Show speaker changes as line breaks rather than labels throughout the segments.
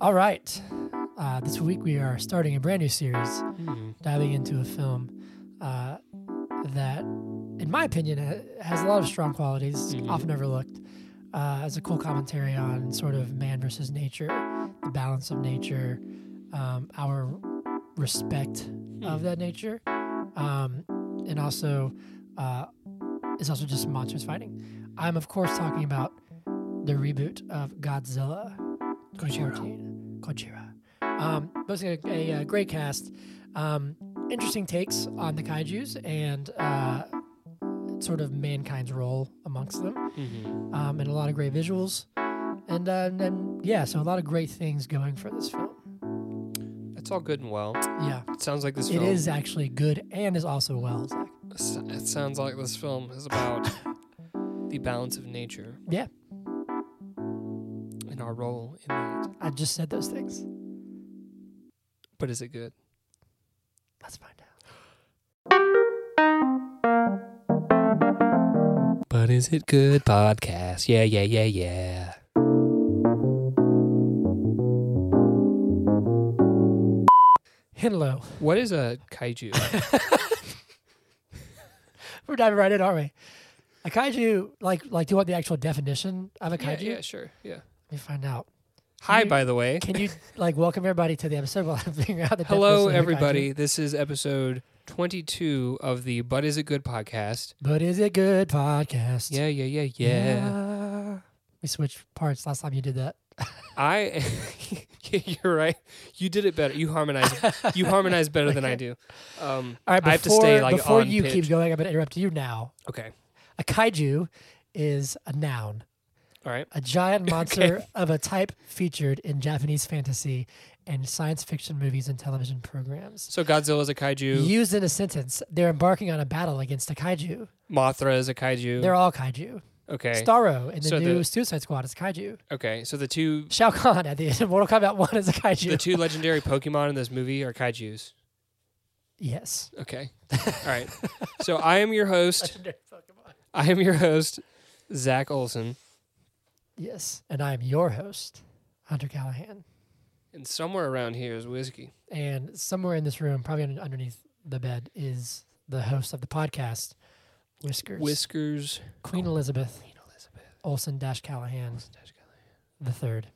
All right. Uh, this week we are starting a brand new series, diving into a film uh, that, in my opinion, ha- has a lot of strong qualities, often overlooked, uh, as a cool commentary on sort of man versus nature, the balance of nature, um, our respect of that nature, um, and also uh, it's also just monsters fighting. I'm of course talking about the reboot of Godzilla, Gojira, Gojira. Um, mostly a, a, uh great cast, um, interesting takes on the kaiju's and uh, sort of mankind's role amongst them
Mm-hmm.
um, and a lot of great visuals. And, uh, and then, yeah, so a lot of great things going for this film.
It's all good and well.
Yeah,
It sounds like this
it
film.
is actually good and is also well. Zach.
s- It sounds like this film is about the balance of nature
Yeah,
and our role in that.
I just said those things.
But is it good?
Let's find out.
But is it good? Podcast. Yeah, yeah, yeah, yeah.
Hello.
What is a kaiju?
We're diving right in, aren't we? A kaiju, like, like, do you want the actual definition of a
yeah,
kaiju?
yeah, sure. Yeah.
Let me find out.
Hi,
you-
by the way.
Can you like welcome everybody to the episode while I'm figuring out the
Hello,
definition of a kaiju?
everybody. This is episode 22 of the But Is It Good podcast.
But is it good podcast?
Yeah, yeah, yeah, yeah.
We switched parts last time you did that.
I, you're right. You did it better. You harmonize. you harmonize better than I do. Um,
All right, before,
I have to stay like
before
on
you keep
pitch.
going, I'm gonna interrupt you now.
Okay.
A kaiju is a noun,
All right.
a giant monster of a type featured in Japanese fantasy and science fiction movies and television programs.
So Godzilla is a kaiju.
Used in a sentence, they're embarking on a battle against a kaiju.
Mothra is a kaiju.
They're all kaiju.
okay.
Starro in the
So the-
new Suicide Squad is a kaiju.
okay. So the two
Shao Kahn at the end of Mortal Kombat 1 is a kaiju.
the two legendary Pokemon in this movie are kaiju's.
yes.
Okay. All right. So I am your host. I am your host, Zach Olson.
Yes. And I'm your host, Hunter Callahan.
And somewhere around here is whiskey.
And somewhere in this room, probably under, underneath the bed, is the host of the podcast, Whiskers.
Whiskers.
Queen Elizabeth
Elizabeth.
Olson dash Callahan the third.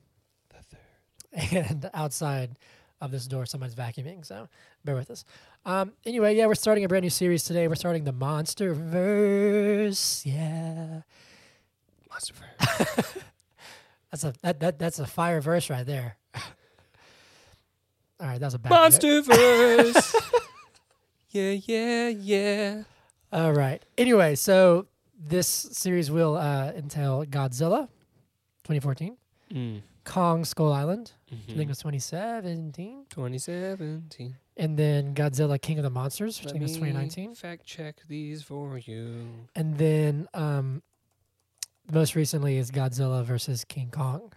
The third.
And outside of this door, someone's vacuuming. So bear with us. Um, anyway, yeah, we're starting a brand new series today. We're starting the Monster Verse. Yeah.
Monsterverse.
That's a that, that that's a fire verse right there. All right, that was a bad joke.
Monsterverse. yeah, yeah, yeah.
All right. Anyway, so this series will uh, entail Godzilla, 2014,
Mm.
Kong Skull Island, which I think
Mhm.
was 2017,
2017.
and then Godzilla King of the Monsters, which I
Let
think was
me
2019,
Fact check these for you.
and then um, most recently is Godzilla versus King Kong.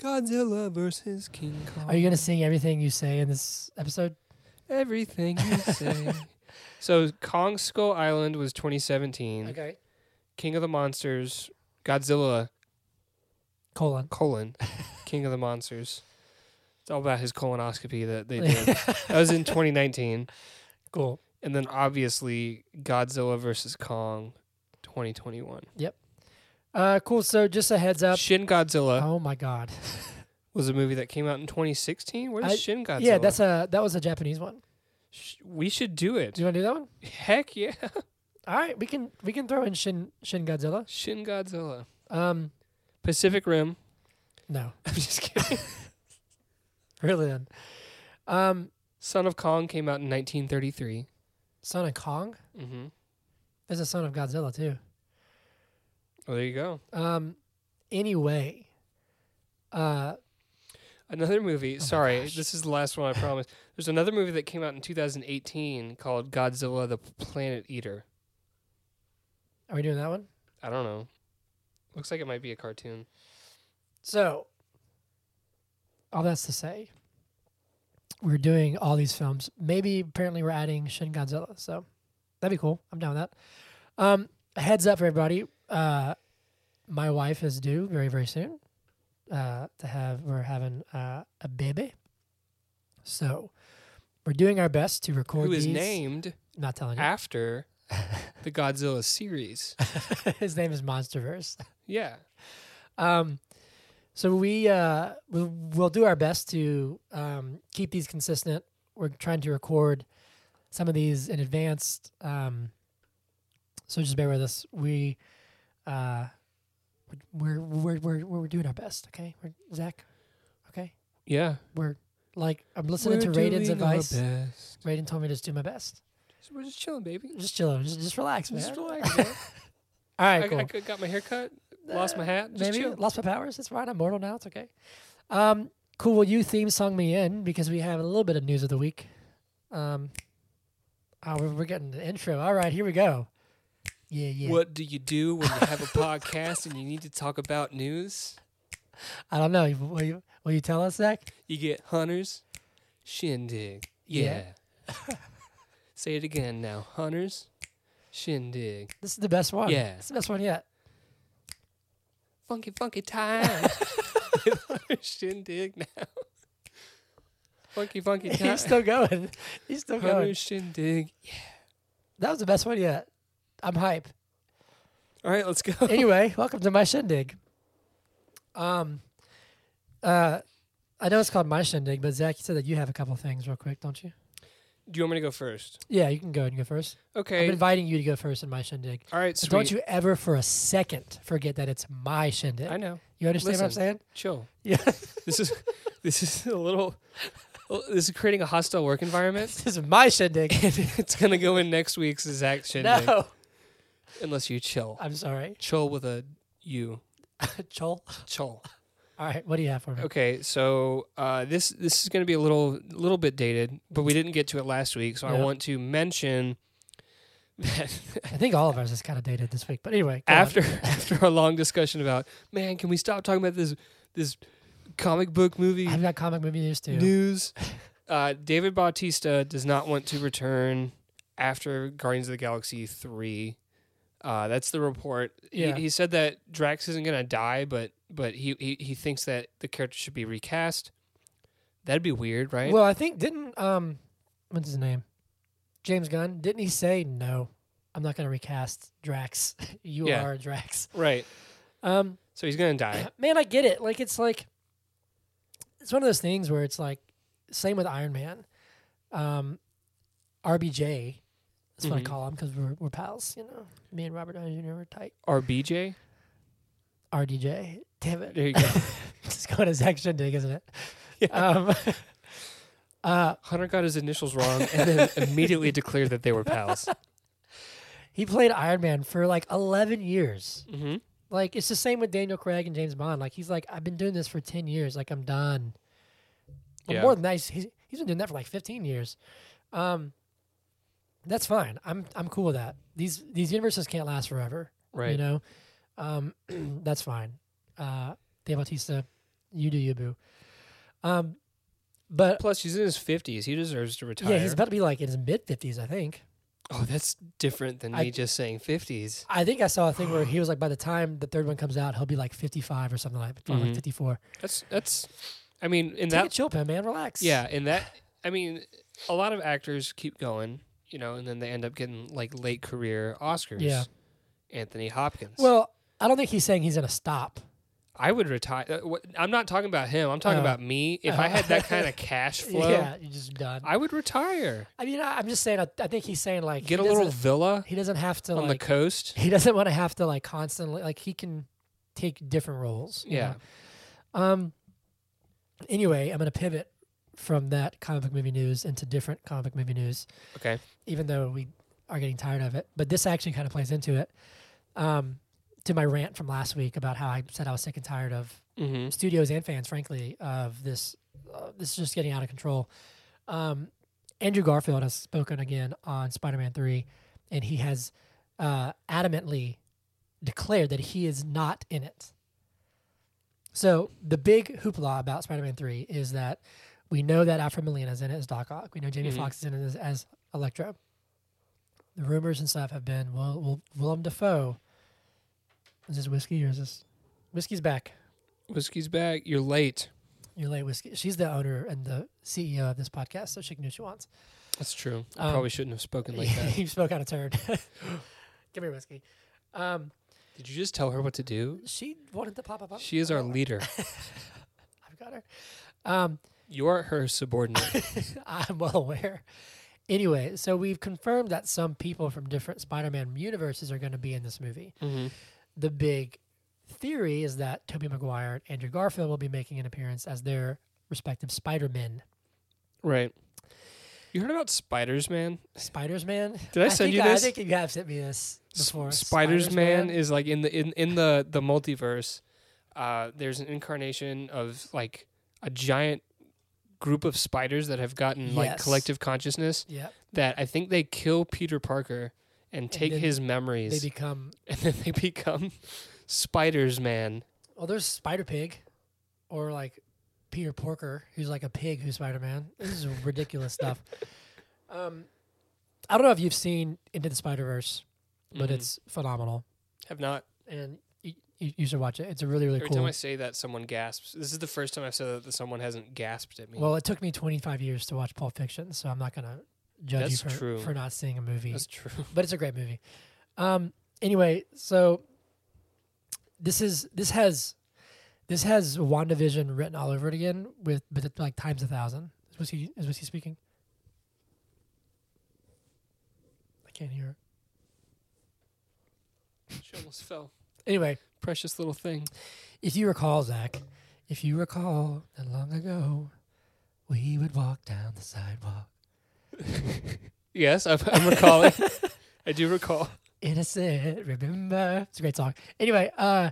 Godzilla versus King Kong.
Are you gonna sing everything you say in this episode?
everything you say? so Kong Skull Island was 2017.
Okay.
King of the Monsters, Godzilla
Colon.
colon King of the Monsters. It's all about his colonoscopy that they did. that was in 2019,
Cool.
and then obviously Godzilla versus Kong, 2021.
Uh, cool. So just a heads up.
Shin Godzilla
Oh my God.
was a movie that came out in 2016. Where's
I-
Shin Godzilla?
Yeah, that's a that was a Japanese one.
Sh- we should do it.
Do you want to do that one?
Heck yeah,
All right, we can we can throw in Shin Shin Godzilla.
Shin Godzilla.
Um,
Pacific Rim.
no,
I'm just kidding.
really then. Um,
Son of Kong came out in 1933.
Son of Kong.
Mm-hmm.
There's a Son of Godzilla too.
Well, Oh, there you go.
Um, anyway. Uh,
Another movie.
Oh my
sorry,
gosh.
this is the last one. I promise. There's another movie that came out in 2018 called Godzilla the Planet Eater.
are we doing that one?
I don't know. Looks like it might be a cartoon.
So, all that's to say, we're doing all these films. Maybe apparently we're adding Shin Godzilla, so that'd be cool. I'm down with that. Um, heads up for everybody. Uh, my wife is due very very soon. uh, to have we're having uh, a baby. So we're doing our best to record.
who is Ah.
these.
named
Not telling you.
after the Godzilla series.
His name is MonsterVerse.
Yeah.
Um, so we uh, we'll, we'll do our best to um, keep these consistent. We're trying to record some of these in advance, um, so just bear with us. We uh, we're, we're we're we're we're doing our best. Okay, we're, Zach. Okay,
Yeah.
we're like I'm listening to Raiden's advice.
Best.
Raiden told me to just do my best.
So we're just chilling, baby.
Just chill. Just just relax, man.
Just relax. man.
All right,
I,
cool.
I could- got my hair cut, lost my hat. Just
maybe
chill.
lost my powers. That's fine. I'm mortal now. It's okay. Um, cool. Well, you theme sung me in because we have a little bit of news of the week. Um, oh, we're, we're getting the intro. All right, here we go. Yeah, yeah.
What do you do when you have a podcast and you need to talk about news?
I don't know. You- Will you, will you tell us, Zach?
You get hunters, shindig. Yeah.
Yeah.
Say it again now. Hunters, shindig.
This is the best one.
Yeah.
it's the best one yet.
Funky, funky time. With hunters, shindig now. Funky, funky time.
He's still going. He's still going.
hunters, shindig.
That was the best one yet. I'm hype.
All right, let's go.
anyway, welcome to my shindig. Um, uh, I know it's called my shindig, but Zach, you said that you have a couple things real quick, don't you?
Do you want me to go first?
Yeah, you can go ahead and go first. I'm
Okay.
inviting you to go first in my shindig.
All right,
So
sweet.
don't you ever for a second forget that it's my shindig.
I know.
You understand what I'm
Listen.
saying?
Chill.
Yeah.
This is this is a little. This is creating a hostile work environment.
this is my shindig.
and it's gonna go in next week's Zach shindig
no.
unless you chill.
I'm sorry.
Chill with a U.
Chol.
Chill.
All right, what do you have for me?
Okay, so uh, this this is gonna be a little little bit dated, but we didn't get to it last week, so I
Yeah.
want to mention that
I think all of ours is kind of dated this week, but anyway. go on.
after after a long discussion about man, can we stop talking about this this comic book movie
I've got comic movie news too.
news? Uh, David Bautista does not want to return after Guardians of the Galaxy three. Uh, that's the report. He-
Yeah.
He, said that Drax isn't gonna die, but but he, he he thinks that the character should be recast. That'd be weird, right?
Well, I think didn't um, what's his name, James Gunn? Didn't he say no? I'm not going to recast Drax. you
Yeah.
are Drax.
right.
Um,
So he's gonna die.
man, I get it. Like it's like it's one of those things where it's like same with Iron Man, um, RBJ. That's what I
Mhm.
call him because we're we're pals. You know, me and Robert Downey Jr. were tight.
RBJ.
RDJ. Damn it.
There you go.
It's going to Zach Shindig, isn't it? Um, uh,
Hunter got his initials wrong and then immediately declared that they were pals.
he played Iron Man for like 11 years.
Mm-hmm.
Like it's the same with Daniel Craig and James Bond. Like he's like, I've been doing this for ten years. Like I'm done. Well,
Yeah.
More than that, he's, he's he's been doing that for like fifteen years. Um, that's fine. I'm I'm cool with that. These these universes can't last forever.
Right.
You know, um, that's fine. Uh, Dave Bautista, you do you boo. Um, but
Plus, he's in his fifties. He deserves to retire.
yeah, he's about to be like in his mid fifties, I think.
oh, that's different than
I-
me just saying fifties.
I think I saw a thing where he was like, by the time the third one comes out, he'll be like fifty five or something like, or
Mhm.
like fifty four.
That's that's. I mean, in
Take a
that
chill pill, man. Relax.
Yeah, and that I mean, a lot of actors keep going, you know, and then they end up getting like late career Oscars.
Yeah.
Anthony Hopkins.
Well, I don't think he's saying he's gonna stop.
I would retire. uh, what- I'm not talking about him. I'm talking
Oh.
about me. If I had that kind of cash flow,
Yeah, you're just done. I,
I would retire.
mean, I, I'm just saying. I, I think he's saying like
Get
he
a little
doesn't-
villa
He doesn't have to
on the
like.
coast.
he doesn't want to have to like constantly like he can take different roles. you
Yeah.
know? Um. Anyway, I'm gonna pivot from that comic book movie news into different comic book movie news.
Okay.
even though we are getting tired of it. But this actually kind of plays into it. Um, to my rant from last week about how I said I was sick and tired of
Mm-hmm.
studios and fans, frankly, of this. Uh, this is just getting out of control. Um, Andrew Garfield has spoken again on Spider-Man Three, and he has uh, adamantly declared that he is not in it. So the big hoopla about Spider-Man Three is that we know that Alfred Molina is in it as Doc Ock. We know Jamie
Mhm.
Foxx is in it as, as Electro. The rumors and stuff have been well, well Willem Dafoe. Is this whiskey or is this whiskey's back?
Whiskey's back. You're late.
Your late whiskey. She's the owner and the CEO of this podcast, so she can do what she wants.
That's true. I
Um,
probably shouldn't have spoken like that.
you spoke out of turn. Give me your whiskey. Um,
Did you just tell her what to do?
she wanted to pop up. up.
She is our
Oh,
leader.
I've got her. Um,
You are her subordinate.
I'm well aware. Anyway, so we've confirmed that some people from different Spider-Man universes are going to be in this movie.
mm-hmm.
The big theory is that Tobey Maguire and Andrew Garfield will be making an appearance as their respective Spider-Men.
Right. You heard about Spiders Man?
Spiders Man.
Did I send
think
you
I,
this?
I think you have sent me this before.
Spiders Man
Spider-Man?
is like in the in, in the the multiverse. Uh, there's an incarnation of like a giant group of spiders that have gotten like
Yes.
collective consciousness
Yep.
that I think they kill Peter Parker and take
then
his memories
They become
and then they become Spiders Man.
well. There's Spider Pig, or like Peter Porker, who's like a pig who's Spider Man. This is ridiculous stuff. Um, I don't know if you've seen Into the Spider Verse, but
Mhm.
it's phenomenal,
have not
and you, you, you should watch it. It's a really really
every
cool.
time I say that someone gasps. This is the first time I've said that, that someone hasn't gasped at me.
well, it took me 25 years to watch Pulp Fiction, so I'm not gonna judge
That's
you for
true.
for not seeing a movie.
That's true.
but it's a great movie. Um, anyway, so this is this has this has WandaVision written all over it again with but it's like times a thousand. Is was he is was he speaking? I can't hear.
she almost fell.
Anyway,
Precious little thing.
if you recall, Zach, if you recall that long ago, we would walk down the sidewalk
Yes, I'm, I'm recalling. I do recall.
innocent remember it's a great song anyway uh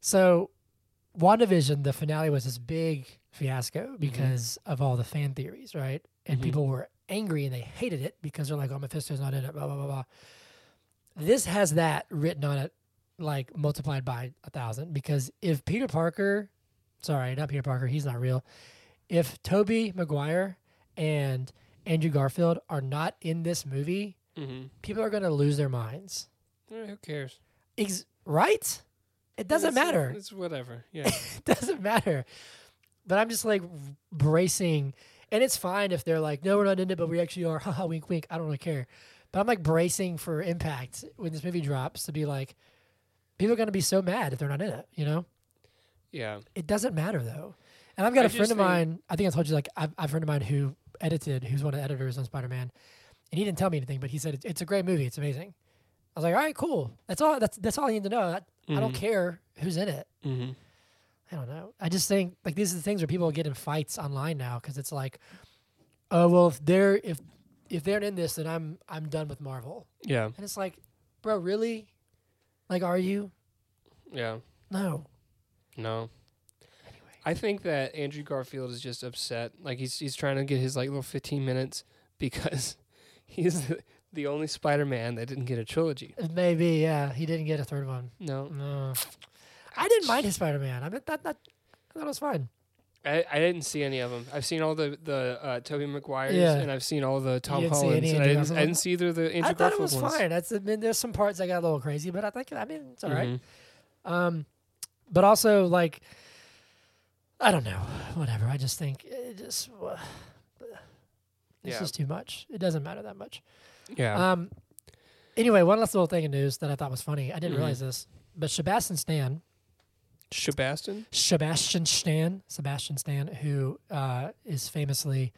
so wandavision the finale was this big fiasco because of all the fan theories right and
Mhm.
people were angry and they hated it because they're like oh mephisto's not in it blah blah blah blah this has that written on it like multiplied by a thousand because if peter parker sorry not peter parker he's not real if toby maguire and andrew garfield are not in this movie
Mm-hmm.
people are going to lose their minds.
Eh, who cares?
Ex- right? It doesn't
It's- uh,
matter.
It's whatever. Yeah.
It doesn't matter. But I'm just like bracing, and it's fine if they're like, no, we're not in it, but we actually are. Haha, wink, wink. I don't really care. But I'm like bracing for impact when this movie drops to be like, people are going to be so mad if they're not in it, you know?
yeah.
It doesn't matter though. And I've got
I
a friend
just
of
think-
mine. I think I told you like I've, I've a friend of mine who edited, who's one of the editors on Spider Man, and he didn't tell me anything, but he said it's, it's a great movie. It's amazing. I was like, all right, cool. That's all. That's that's all I need to know. I, I don't
Mhm.
care who's in it.
Mm-hmm.
I don't know. I just think like these are the things where people get in fights online now because it's like, oh well, if they're if if they're in this, then I'm I'm done with Marvel.
Yeah.
And it's like, bro, really? Like, are you?
Yeah.
No.
No.
Anyway.
I think that Andrew Garfield is just upset. Like he's he's trying to get his like little 15 minutes because he's the, the only Spider-Man that didn't get a trilogy.
Maybe yeah. He didn't get a third one.
No.
No. I didn't mind his Spider Man. I mean, that, that, I thought it was fine.
I, I didn't see any of them. I've seen all the the uh, Tobey Maguires
Yeah.
and I've seen all the Tom
didn't see
Hollands.
any
and I
Andrew
didn't,
Garfield
I didn't
ones?
see either of the Andrew
I thought it
Garfield
was
ones.
fine. That's, I mean, there's some parts I got a little crazy, but I think, I mean, it's all right.
Mhm.
Um, but also, like, I don't know. Whatever. I just think it just, uh, it's
Yeah.
just too much. It doesn't matter that much.
Yeah.
Um, anyway, one last little thing in news that I thought was funny. I didn't
Mhm.
realize this, but Sebastian Stan,
Shabastin?
Sebastian Stan, Sebastian Stan, who uh, is famously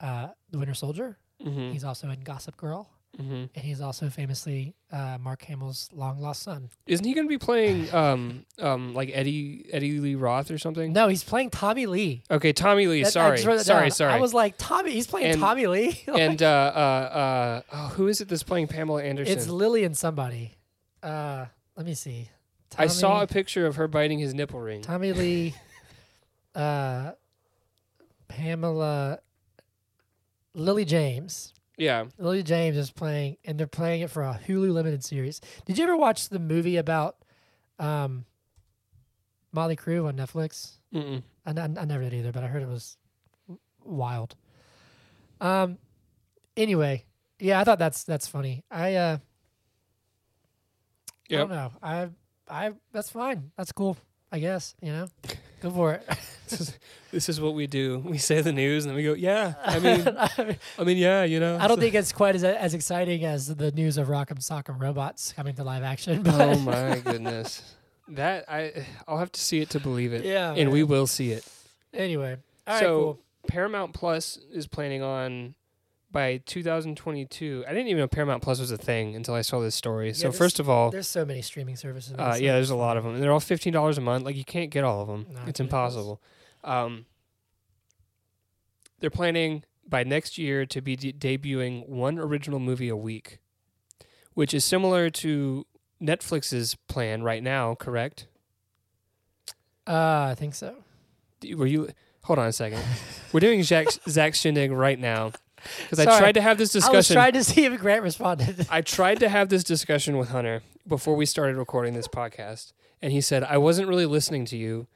uh, the Winter Soldier.
Mhm.
He's also in Gossip Girl,
Mhm.
and he's also famously uh, Mark Hamill's long lost son.
Isn't he going to be playing um um like Eddie Eddie Lee Roth or something?
No, he's playing Tommy Lee.
Okay, Tommy Lee.
That- I
sorry,
just wrote that
sorry,
down.
sorry.
I was like Tommy. He's playing
And-
Tommy Lee.
and uh, uh, uh, oh, who is it that's playing Pamela Anderson?
it's Lillian somebody. Uh, let me see.
I saw a
Tommy-
picture of her biting his nipple ring.
Tommy Lee, uh, Pamela, Lily James.
yeah,
Lily James is playing, and they're playing it for a Hulu limited series. Did you ever watch the movie about um, Molly Crew on Netflix?
Mm-mm.
I, I, I never did either, but I heard it was w- wild. Um. Anyway, yeah, I thought that's that's funny. I uh. I
Yep.
don't know. I I that's fine. That's cool. I guess you know, go for it.
This is what we do. We say the news and then we go, yeah. I mean, I mean, yeah, you know.
I don't think it's quite as as exciting as the news of Rock'em Sock'em Robots coming to live action. But
Oh my goodness. That I I'll have to see it to believe it.
yeah,
And
man.
we will see it.
anyway. All right,
So-
cool.
Paramount Plus is planning on by 2022. I didn't even know Paramount Plus was a thing until I saw this story. so
there's-
first of all,
There's so many streaming services.
uh, yeah, there's a lot of them, and they're all fifteen dollars a month. Like you can't get all of them;
No, ridiculous.
it's impossible. Um, they're planning by next year to be de- debuting one original movie a week, which is similar to Netflix's plan right now. Correct?
Uh, I think so.
D- Were you? Hold on a second. We're doing Zach Zach Shindig right now because I
Sorry.
tried to have this
I was
discussion.
trying to see if Grant responded.
I tried to have this discussion with Hunter before we started recording this podcast, and he said, I wasn't really listening to you,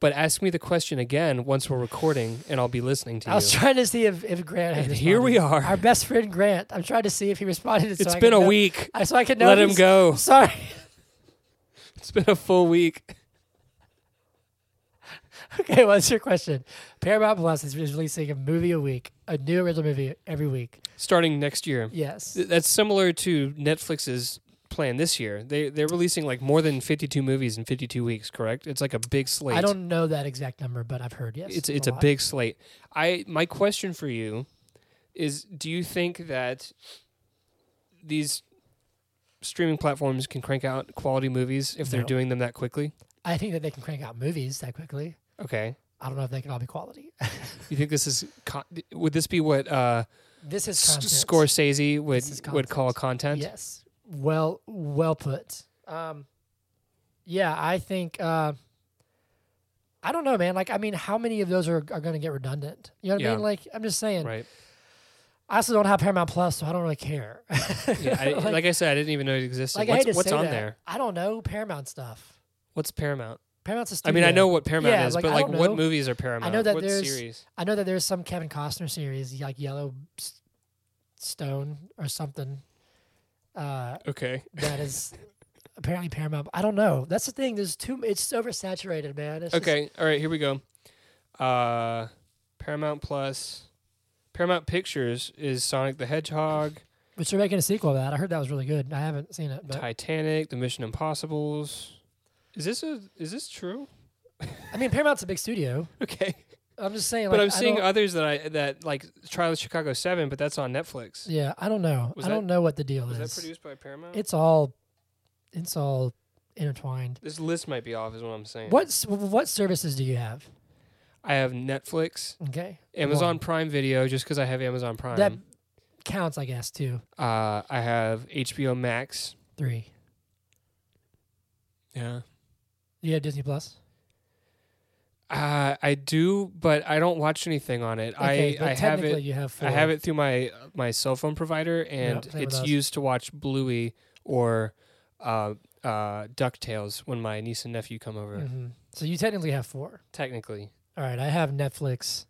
but ask me the question again once we're recording, and I'll be listening to
I was
you.
trying to see if, if Grant had
and here we
responded.
are.
Our best friend Grant. I'm trying to see if he responded.
It's
so I
been
could
a
know-
week.
I, so I could know.
Let him
he's-
go.
Sorry.
It's been a full week.
Okay, what's your question? Paramount Plus is releasing a movie a week, a new original movie every week.
Starting next year.
Yes.
Th- That's similar to Netflix's plan this year. They they're releasing like more than 52 movies in 52 weeks, correct? It's like a big slate.
I don't know that exact number, but I've heard yes.
it's it's a
lot.
big slate. I my question for you is: Do you think that these streaming platforms can crank out quality movies if they're
No.
doing them that quickly?
I think that they can crank out movies that quickly.
Okay,
I don't know if they can all be quality.
you think this is con- would this be what uh,
This is
S-
content.
Scorsese would
This is
would call content?
Yes. Well, well put. Um, yeah, I think. Uh, I don't know, man. Like, I mean, how many of those are, are going to get redundant? You know what I
Yeah.
mean? Like, I'm just saying.
Right.
I also don't have Paramount Plus, so I don't really care.
Yeah, I, like, I said, I didn't even know it existed.
like, I hate
what's
to
what's
say
on
that.
there?
I don't know Paramount stuff.
What's Paramount?
Paramount's a
I
studio.
mean, I know what Paramount
Yeah,
is,
like,
but
I
like,
don't
what
know.
movies are Paramount?
that
what
there's-
series?
I know that there's some Kevin Costner series, like Yellow S- Stone or something. Uh,
Okay,
that is apparently Paramount. I don't know. That's the thing. There's too. It's oversaturated, man. It's just-
Okay. All right. Here we go. Uh, Paramount Plus, Paramount Pictures is Sonic the Hedgehog,
but you're making a sequel to that. I heard that was really good. I haven't seen it, but
Titanic, The Mission Impossibles. Is this a? Is this true?
I mean, Paramount's a big studio.
Okay.
I'm just saying. like,
but I'm
I
seeing
don't-
others that I that like Trial of Chicago Seven, but that's on Netflix.
yeah, I don't know.
Was
I don't know what the deal
Was
is.
that produced by Paramount?
it's all. It's all intertwined.
this list might be off, is what I'm saying.
What s- what services do you have?
I have Netflix,
Okay,
Amazon
One.
Prime Video, just because I have Amazon Prime.
that counts, I guess. Two,
uh, I have HBO Max.
three.
Yeah.
Do you have Disney Plus?
Uh, I do, but I don't watch anything on it.
Okay, but
I, I have
technically
it.
you have. Four.
I have it through my my cell phone provider, and
same with
it's
us.
used to watch Bluey or uh, uh, Ducktales when my niece and nephew come over.
Mhm. So you technically have four.
Technically,
All right, I have Netflix,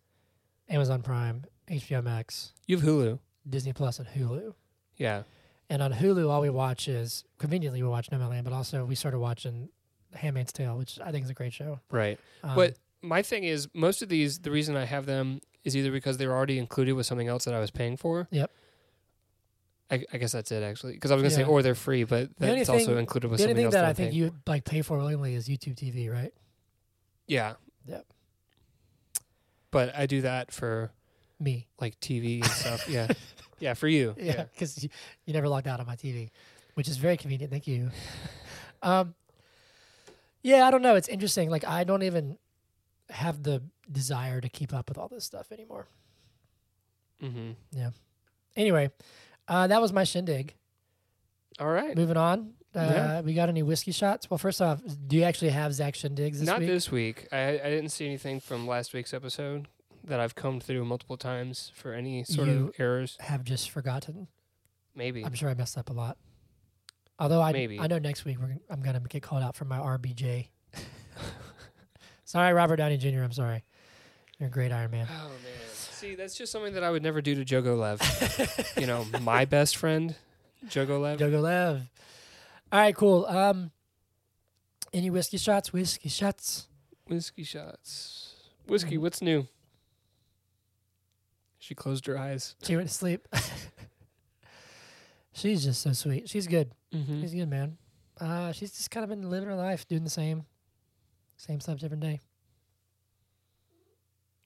Amazon Prime, HBO Max,
you have Hulu.
Disney Plus, and Hulu.
Yeah,
And on Hulu, all we watch is conveniently we watch No Man Land, but also we started watching Handmaid's Tale, which I think is a great show.
right.
Um,
But my thing is, most of these, the reason I have them is either because they were already included with something else that I was paying for.
Yep.
I, I guess that's it actually, because I was gonna
Yeah.
say or they're free, but
The only
that's also
thing-
included with
the only
something
thing
else.
that I
I'm
think
paying
you like pay for willingly is YouTube TV, right?
Yeah.
Yep.
But I do that for
Me,
like TV and stuff. yeah. Yeah, for you.
yeah, because you, you never logged out on my TV, which is very convenient. Thank you. um, yeah, I don't know. It's interesting. Like I don't even have the desire to keep up with all this stuff anymore.
Mm-hmm.
Anyway, uh, that was my shindig.
All right.
Moving on. Uh,
Yeah.
We got any whiskey shots? Well, first off, do you actually have Zach Shindigs this
Not
week?
this week. I, I didn't see anything from last week's episode that I've combed through multiple times for any sort
You-
of errors.
have just forgotten.
Maybe.
I'm sure I messed up a lot. Although I,
Maybe.
I know next week we're, gonna- I'm going to get called out for my RBJ. sorry, Robert Downey Jr. I'm sorry. You're a great Iron Man.
Oh man. See, that's just something that I would never do to Jogo Lev. you know, my best friend, Jogo Lev.
Jogo Lev. All right, cool. Um, Any whiskey shots? Whiskey shots.
Whiskey shots. Whiskey,
Mm-hmm.
what's new? She closed her eyes.
She went to sleep. she's just so sweet. She's good.
Mm-hmm.
She's good, man. Uh, she's just kind of been living her life, doing the same, same stuff, different day.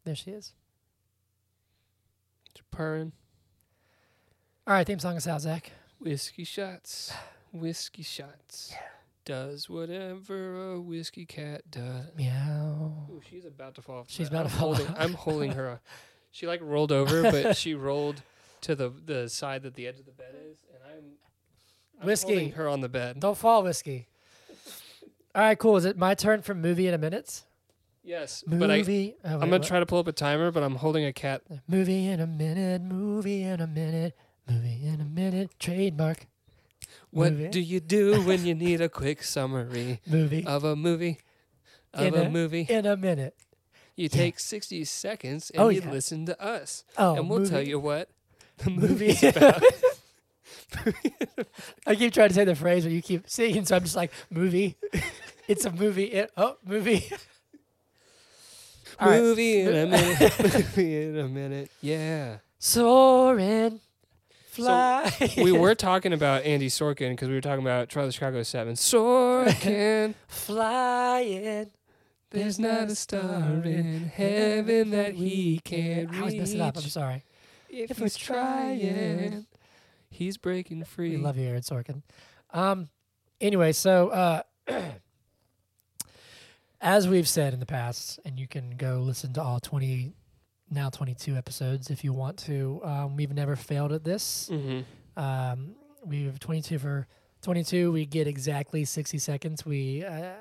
There she is.
Purring.
All right, theme song is out, Zach.
Whiskey shots. Whiskey shots. Does whatever a whiskey cat does.
Meow.
Ooh, she's about to fall off. the
She's about
bed. I'm
to fall
holding,
off.
I'm holding her. up. She like rolled over, but she rolled to the the side that the edge of the bed is, and I'm, I'm
Whiskey.
holding her on the bed.
Don't fall, whiskey. All right, cool. Is it my turn for movie in a minute?
Yes, but I
Movie. oh, wait,
I'm gonna
what?
try to pull up a timer, but I'm holding a cat.
Movie in a minute. Movie in a minute. Movie in a minute. Trademark.
What
Movie.
do you do when you need a quick summary
Movie
of a movie? Of
In
a
a-
movie,
in a minute.
you take 60 seconds and
Oh,
you
yeah.
listen to us,
Oh,
and we'll
movie.
tell you what the movie
movie.
is about.
I keep trying to say the phrase, but you keep singing, so I'm just like, movie. It's a movie. It, oh, movie. All right.
movie in a minute. movie in a minute. Yeah.
Soaring. Fly.
we were talking about Andy Sorkin because we were talking about Trial of the Chicago Seven. Sorkin,
flying.
there's not a star in heaven that he can't reach.
I was messing up. I'm sorry.
If,
If
he's
we're trying,
trying, he's breaking
We
free.
love you, Aaron Sorkin. Um, anyway, so uh, as we've said in the past, and you can go listen to all 20, now 22 episodes if you want to. Um, we've never failed at this.
Mm-hmm.
Um, we have 22 for 22. We get exactly 60 seconds. We uh,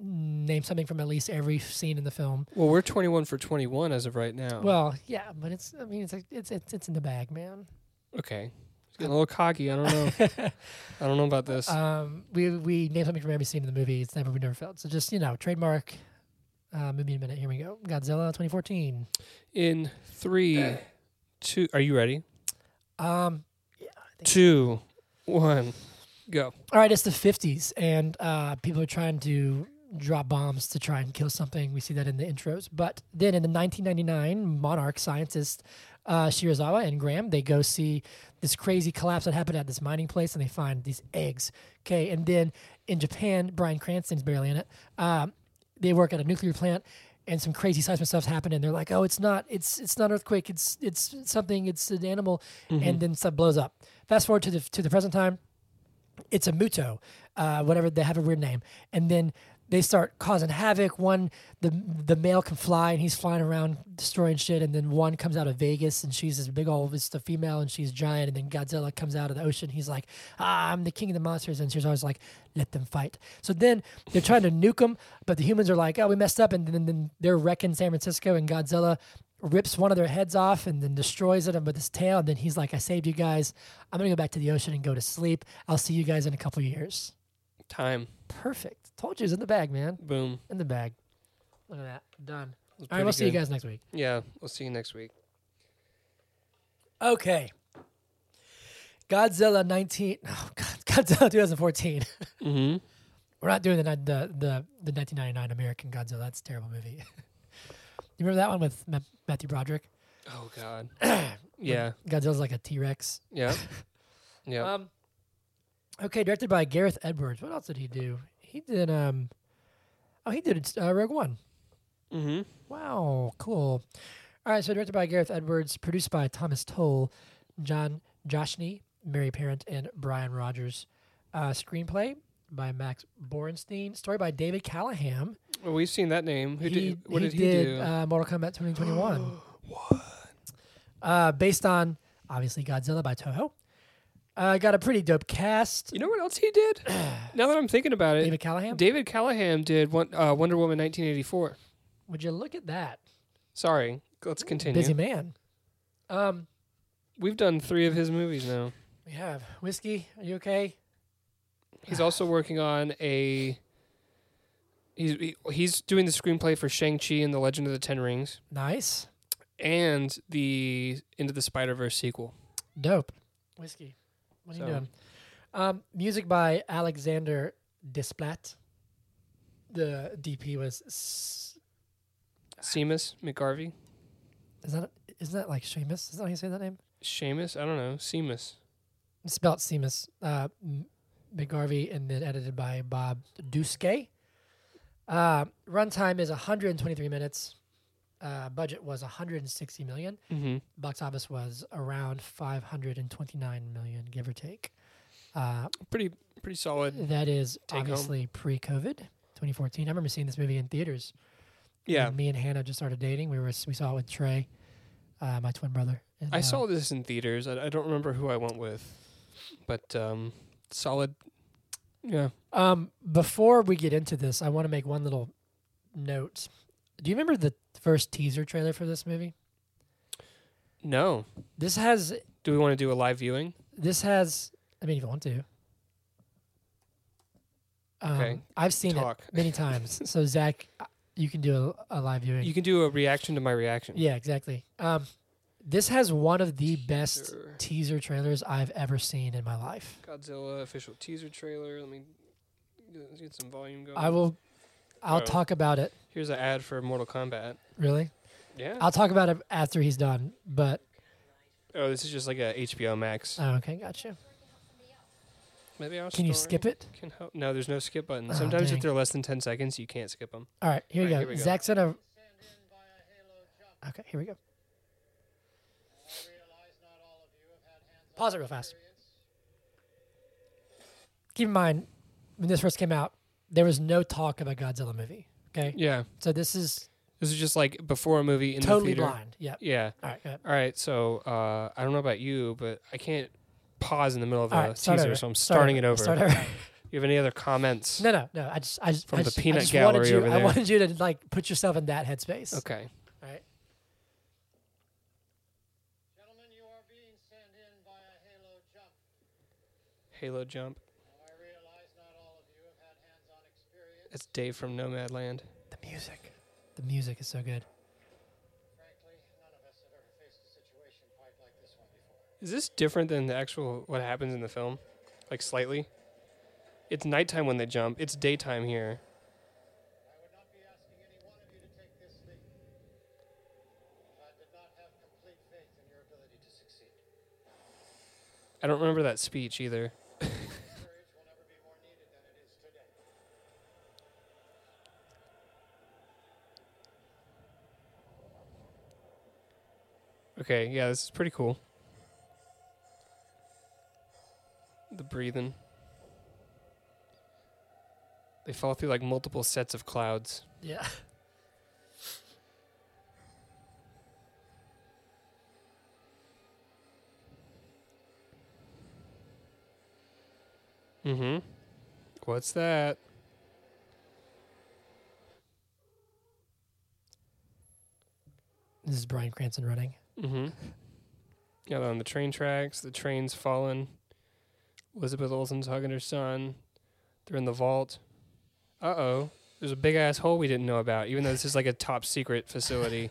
name something from at least every scene in the film.
Well, we're 21 for 21 as of right now.
Well, yeah, but it's I mean it's like- it's it's, it's in the bag, man.
okay. He's getting a little cocky. I Uh, don't know. I don't know about this.
Um, we we name something from every scene in the movie. It's never we never failed. So just you know, trademark. Uh, movie in a minute. Here we go. Godzilla 2014.
In three, two, are you ready?
Um,
Two, one, go.
all right, it's the 50s, and uh, people are trying to drop bombs to try and kill something. We see that in the intros. But then in the 1999, Monarch scientist uh, Shirazawa and Graham they go see this crazy collapse that happened at this mining place, and they find these eggs. Okay, and then in Japan, Brian Cranston's barely in it. Um, they work at a nuclear plant. And some crazy seismic stuff's happened, and they're like, "Oh, it's not, it's it's not earthquake, it's it's something, it's an animal," and then stuff blows up. Fast forward to the to the present time, it's a muto, uh, whatever they have a weird name, and then they start causing havoc. One, the the male can fly and he's flying around destroying shit, and then one comes out of Vegas and she's this big old, it's the female and she's giant, and then Godzilla comes out of the ocean. He's like, ah, I'm the king of the monsters, and she's always like, let them fight. So then they're trying to nuke them, but the humans are like, oh, we messed up, and then, then they're wrecking San Francisco, and Godzilla rips one of their heads off and then destroys it with his tail. And then he's like, I saved you guys. I'm going to go back to the ocean and go to sleep. I'll see you guys in a couple years.
Time.
Perfect. Told you it's in the bag, man.
Boom.
In the bag. Look at that. Done.
That was
All right, we'll
pretty
see you
good.
guys next week.
Yeah, we'll see you next week.
Okay. Godzilla 19. Oh, God. Godzilla 2014.
Mm-hmm.
We're not doing the, ni- the the the 1999 American Godzilla. That's a terrible movie. you remember that one with Ma- Matthew Broderick?
Oh God. yeah.
Godzilla's like a T Rex.
Yeah. Yeah.
Um, okay, directed by Gareth Edwards. What else did he do? He did um, oh, he did uh, Rogue One.
mm-hmm.
Wow, cool. All right, so directed by Gareth Edwards, produced by Thomas Toll, John Joshny, Mary Parent, and Brian Rogers. Uh, screenplay by Max Borenstein. Story by David Callahan.
Well, we've seen that name. Who did? What did he, do?
Uh, Mortal Kombat 2021. what? Uh, based on obviously Godzilla by Toho. Uh, got a pretty dope cast.
you know what else he did? now that I'm thinking about it,
David Callahan.
David, Callahan did one, uh, Wonder Woman 1984.
Would you look at that?
Sorry. Let's continue.
Busy man. Um,
We've done three of his movies now.
we have whiskey. Are you okay?
He's also working on a. He's he- he's doing the screenplay for Shang Chi and the Legend of the Ten Rings
Nice.
and the Into the Spider Verse sequel.
Dope. Whiskey. What are you
So-
doing? Um, music by Alexander Desplat. the DP was. S-
Seamus McGarvey,
Is that isn't that like Seamus? Is that how you say that name?
Seamus. I don't know. Seamus.
It's spelled Seamus uh, M- McGarvey, and then edited by Bob Duske. Uh, runtime is 123 minutes. Uh, budget was 160 million.
Mm-hmm.
Box office was around 529 million, give or take. Uh,
Pretty pretty solid.
that is
Take home.
obviously pre-COVID, 2014. I remember seeing this movie in theaters.
Yeah.
When me and Hannah just started dating. We were we saw it with Trey, uh, my twin brother. And,
I
uh,
saw this in theaters. I, I don't remember who I went with, but um, solid. Yeah.
Um, before we get into this, I want to make one little note. Do you remember the first teaser trailer for this movie?
No.
This has
Do we want to do a live viewing?
this has. I mean, if you want to. Um,
Okay.
I've seen
Talk.
it many times. so Zach, uh, you can do a, a live viewing.
You can do a reaction to my reaction.
yeah, exactly. Um, this has one of the best
Sure.
teaser trailers I've ever seen in my life.
Godzilla official teaser trailer. Let me get some volume going.
I will. I'll
Oh.
talk about it.
Here's an ad for Mortal Kombat.
Really,
Yeah.
I'll talk about it after he's done. But
oh, this is just like a HBO Max.
oh, okay, gotcha.
Maybe I'll.
Can you skip it?
Can help. No, there's no skip button.
Oh,
Sometimes
dang.
if they're less than ten seconds, you can't skip them.
All right, here, we
All right,
go.
here we go.
Zach said a. Okay, here we go. Pause it real fast. Keep in mind, when this first came out, there was no talk of a Godzilla movie. Okay,
Yeah.
so this is
This is just like before a movie in
totally
the theater.
blind. Yeah.
Yeah.
All right. Go ahead.
All right. So uh, I don't know about you, but I can't pause in the middle of
All
a
right, start
teaser,
over.
so I'm
Start
starting it over.
Start over.
You have any other comments?
no, no, no. I just, I just
From
I
the
just, I
peanut
just
gallery
wanted you,
over
I
there.
wanted you to like put yourself in that headspace.
Okay.
All right.
Gentlemen, you are being sent in by a halo jump.
Halo Jump.
Now, I realize not all of you have had hands-on experience.
That's Dave from Nomadland.
The music, the music is so good.
Frankly, none of us have ever faced a situation quite like this one before.
Is this different than the actual what happens in the film? Like slightly? It's nighttime when they jump. It's daytime
I
here.
would not be asking any one of you to take this leap. But I did not have complete faith in your ability to succeed.
I don't remember that speech either.
Courage will never be more needed than it is today.
Okay, yeah, this is pretty cool. The breathing. They fall through like multiple sets of clouds.
Yeah.
Mm-hmm. What's that?
This is Brian Cranston running.
Mm-hmm. Yeah, they're on the train tracks. The train's fallen. Elizabeth Olsen's hugging her son. They're in the vault. Uh oh. There's a big ass hole we didn't know about, even though this is like a top secret facility.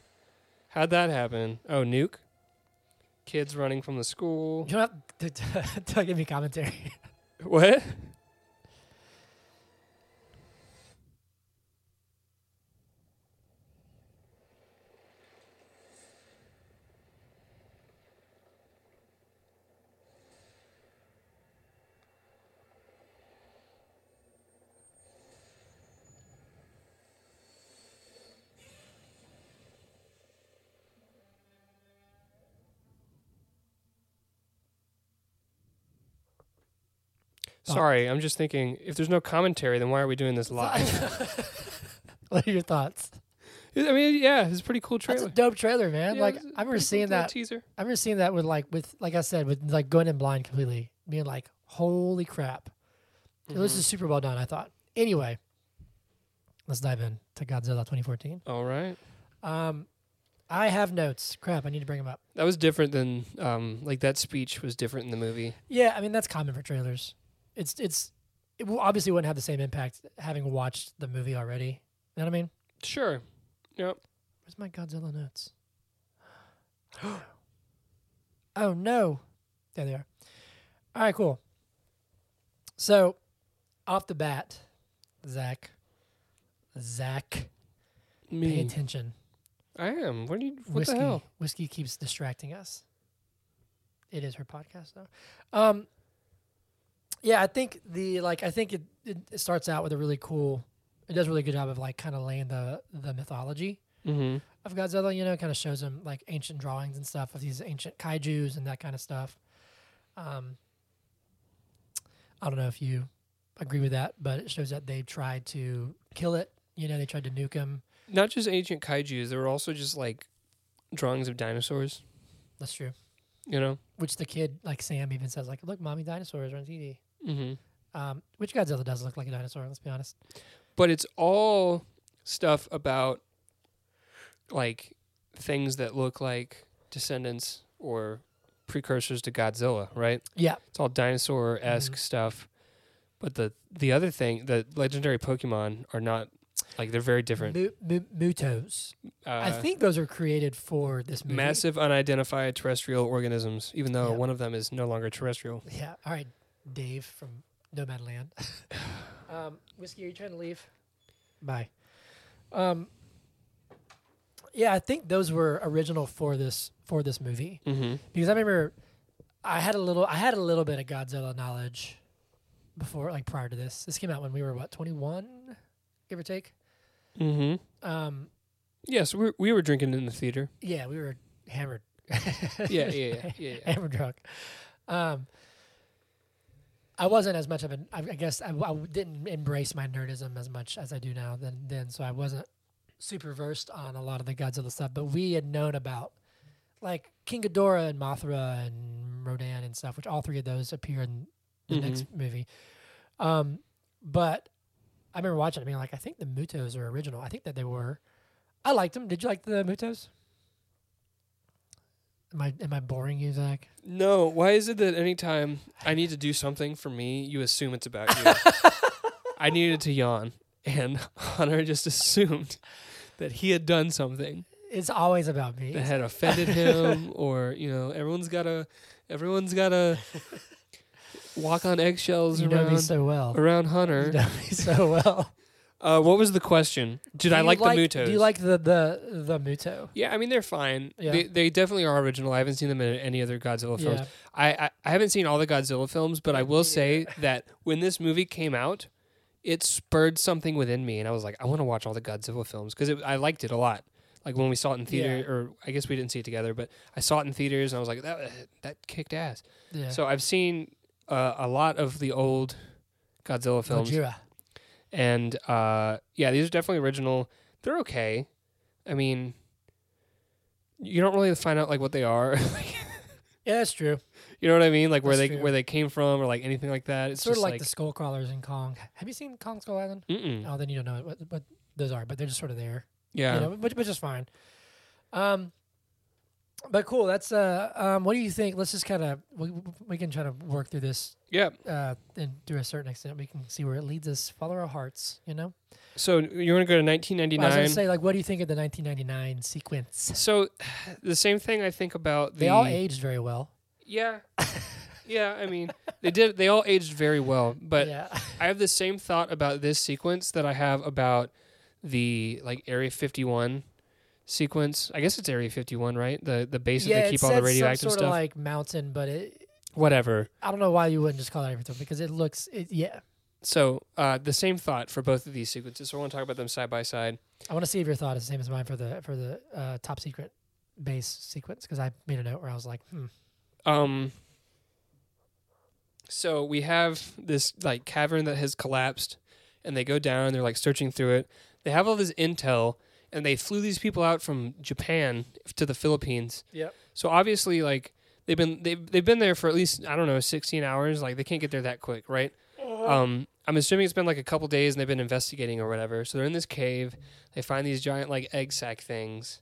How'd that happen? Oh, nuke? Kids running from the school.
You don't have to, to give me commentary.
What? Sorry, I'm just thinking if there's no commentary, then why are we doing this live?
what are your thoughts?
I mean, yeah, it's a pretty cool
That's a
trailer.
dope trailer, man.
Yeah,
like
it's a
I remember
pretty cool
seeing
little
that
teaser.
I remember seeing that with like with like I said with like going in blind completely, being like, "Holy crap, this
Mm-hmm.
is super well done." I thought. Anyway, let's dive in to Godzilla 2014.
All right.
Um, I have notes. Crap, I need to bring them up.
That was different than um like that speech was different in the movie.
Yeah, I mean that's common for trailers. It's it's it will- obviously wouldn't have the same impact having watched the movie already. You know what I mean?
Sure. Yep.
Where's my Godzilla notes? oh no. There they are. All right, cool. So, off the bat, Zach, Zach, pay
Me.
attention.
I am. What do you? What
whiskey,
the hell?
whiskey keeps distracting us. It is her podcast though. Um, yeah, I think the like I think it, it, it starts out with a really cool. It does a really good job of like kind of laying the the mythology
Mm-hmm.
of Godzilla. You know, kind of shows him like ancient drawings and stuff of these ancient kaiju's and that kind of stuff. Um, I don't know if you agree with that, but it shows that they tried to kill it. You know, they tried to nuke him.
Not just ancient kaiju's. There were also just like drawings of dinosaurs.
That's true.
You know.
Which the kid, like Sam, even says, like, "Look, mommy, dinosaurs are on TV."
Mm-hmm.
Um, which Godzilla does look like a dinosaur? Let's be honest.
But it's all stuff about like things that look like descendants or precursors to Godzilla, right?
Yeah,
It's all dinosaur
Mm-hmm.
esque stuff. But the the other thing, the legendary Pokemon are not like they're very different.
Mu- mu- Mutos.
Uh,
I think those are created for this movie.
massive unidentified terrestrial organisms, even though
Yeah.
one of them is no longer terrestrial.
Yeah. All right, Dave from Nomadland. um, whiskey, are you trying to leave? Bye. Um, yeah, I think those were original for this for this movie
Mm-hmm.
because I remember I had a little I had a little bit of Godzilla knowledge before, like prior to this. This came out when we were what twenty one, give or take.
Mm-hmm.
Um,
Yes, we we were drinking in the theater.
Yeah, we were hammered.
Yeah, yeah, yeah, yeah.
hammered drunk. Um, I wasn't as much of an. I, I guess I, I didn't embrace my nerdism as much as I do now. Then, then, so I wasn't super versed on a lot of the Godzilla stuff. But we had known about like King Ghidorah and Mothra and Rodan and stuff, which all three of those appear in the
Mhm.
next movie. Um, but I remember watching it being like, I think the Mutos are original. I think that they were. I liked them. Did you like the Mutos? Am I am I boring you, Zach?
No, why is it that anytime I need to do something for me, you assume it's about you? I needed to yawn, and Hunter just assumed that he had done something
It's always about me.
that had offended him, or you know, everyone's gotta, everyone's gotta walk on eggshells
you know
around
me so well.
around
You
Hunter.
know me so well.
Uh, what was the question? Did
Do
I
you
like, the Mutos?
Do you like the the the Muto?
Yeah, I mean they're fine.
Yeah.
They, they definitely are original. I haven't seen them in any other Godzilla films.
Yeah.
I, I I haven't seen all the Godzilla films, but I will say that when this movie came out, it spurred something within me, and I was like, I want to watch all the Godzilla films because I liked it a lot. Like when we saw it in theater,
Yeah.
or I guess we didn't see it together, but I saw it in theaters, and I was like, that that kicked ass.
Yeah.
So I've seen uh, a lot of the old Godzilla films.
Gojira.
And uh, yeah, these are definitely original. They're okay. I mean, you don't really find out like what they are.
Yeah, that's true.
you know what I mean? Like where
That's
they
true.
where they came from or like anything like that. It's
sort
just
of like,
like,
the skull crawlers in Kong. Have you seen Kong Skull Island?
mm-mm.
Oh, then you don't know what, what those are, but they're just sort of there.
yeah.
You know, which which is fine. Um, but cool. That's uh, um, what do you think? Let's just kind of we, we can try to work through this
yeah.
uh, and to a certain extent we can see where it leads us. Follow our hearts, you know.
So you want to go to
I was
1999?
gonna say like, what do you think of the 1999 sequence?
so the same thing I think about the
They all aged very well.
yeah. yeah, I mean, they did they all aged very well, but
yeah,
I have the same thought about this sequence that I have about the like Area 51 sequence. I guess it's Area 51, right? The the base that
yeah.
they
It
keep all the
said
radioactive
some sort
stuff.
of like mountain, but it.
Whatever.
I don't know why you wouldn't just call it everything because it looks. It, yeah,
So uh, the same thought for both of these sequences. So I want to talk about them side by side.
I want to see if your thought is the same as mine for the for the uh, top secret base sequence because I made a note where I was like, hmm,
Um. So we have this like cavern that has collapsed, and they go down. they're like searching through it. They have all this intel, and they flew these people out from Japan to the Philippines.
Yep.
So obviously, like they've been they've they've been there for at least I don't know sixteen hours. Like they can't get there that quick, right? Um, I'm assuming it's been like a couple days, and they've been investigating or whatever. So they're in this cave. They find these giant like egg sac things,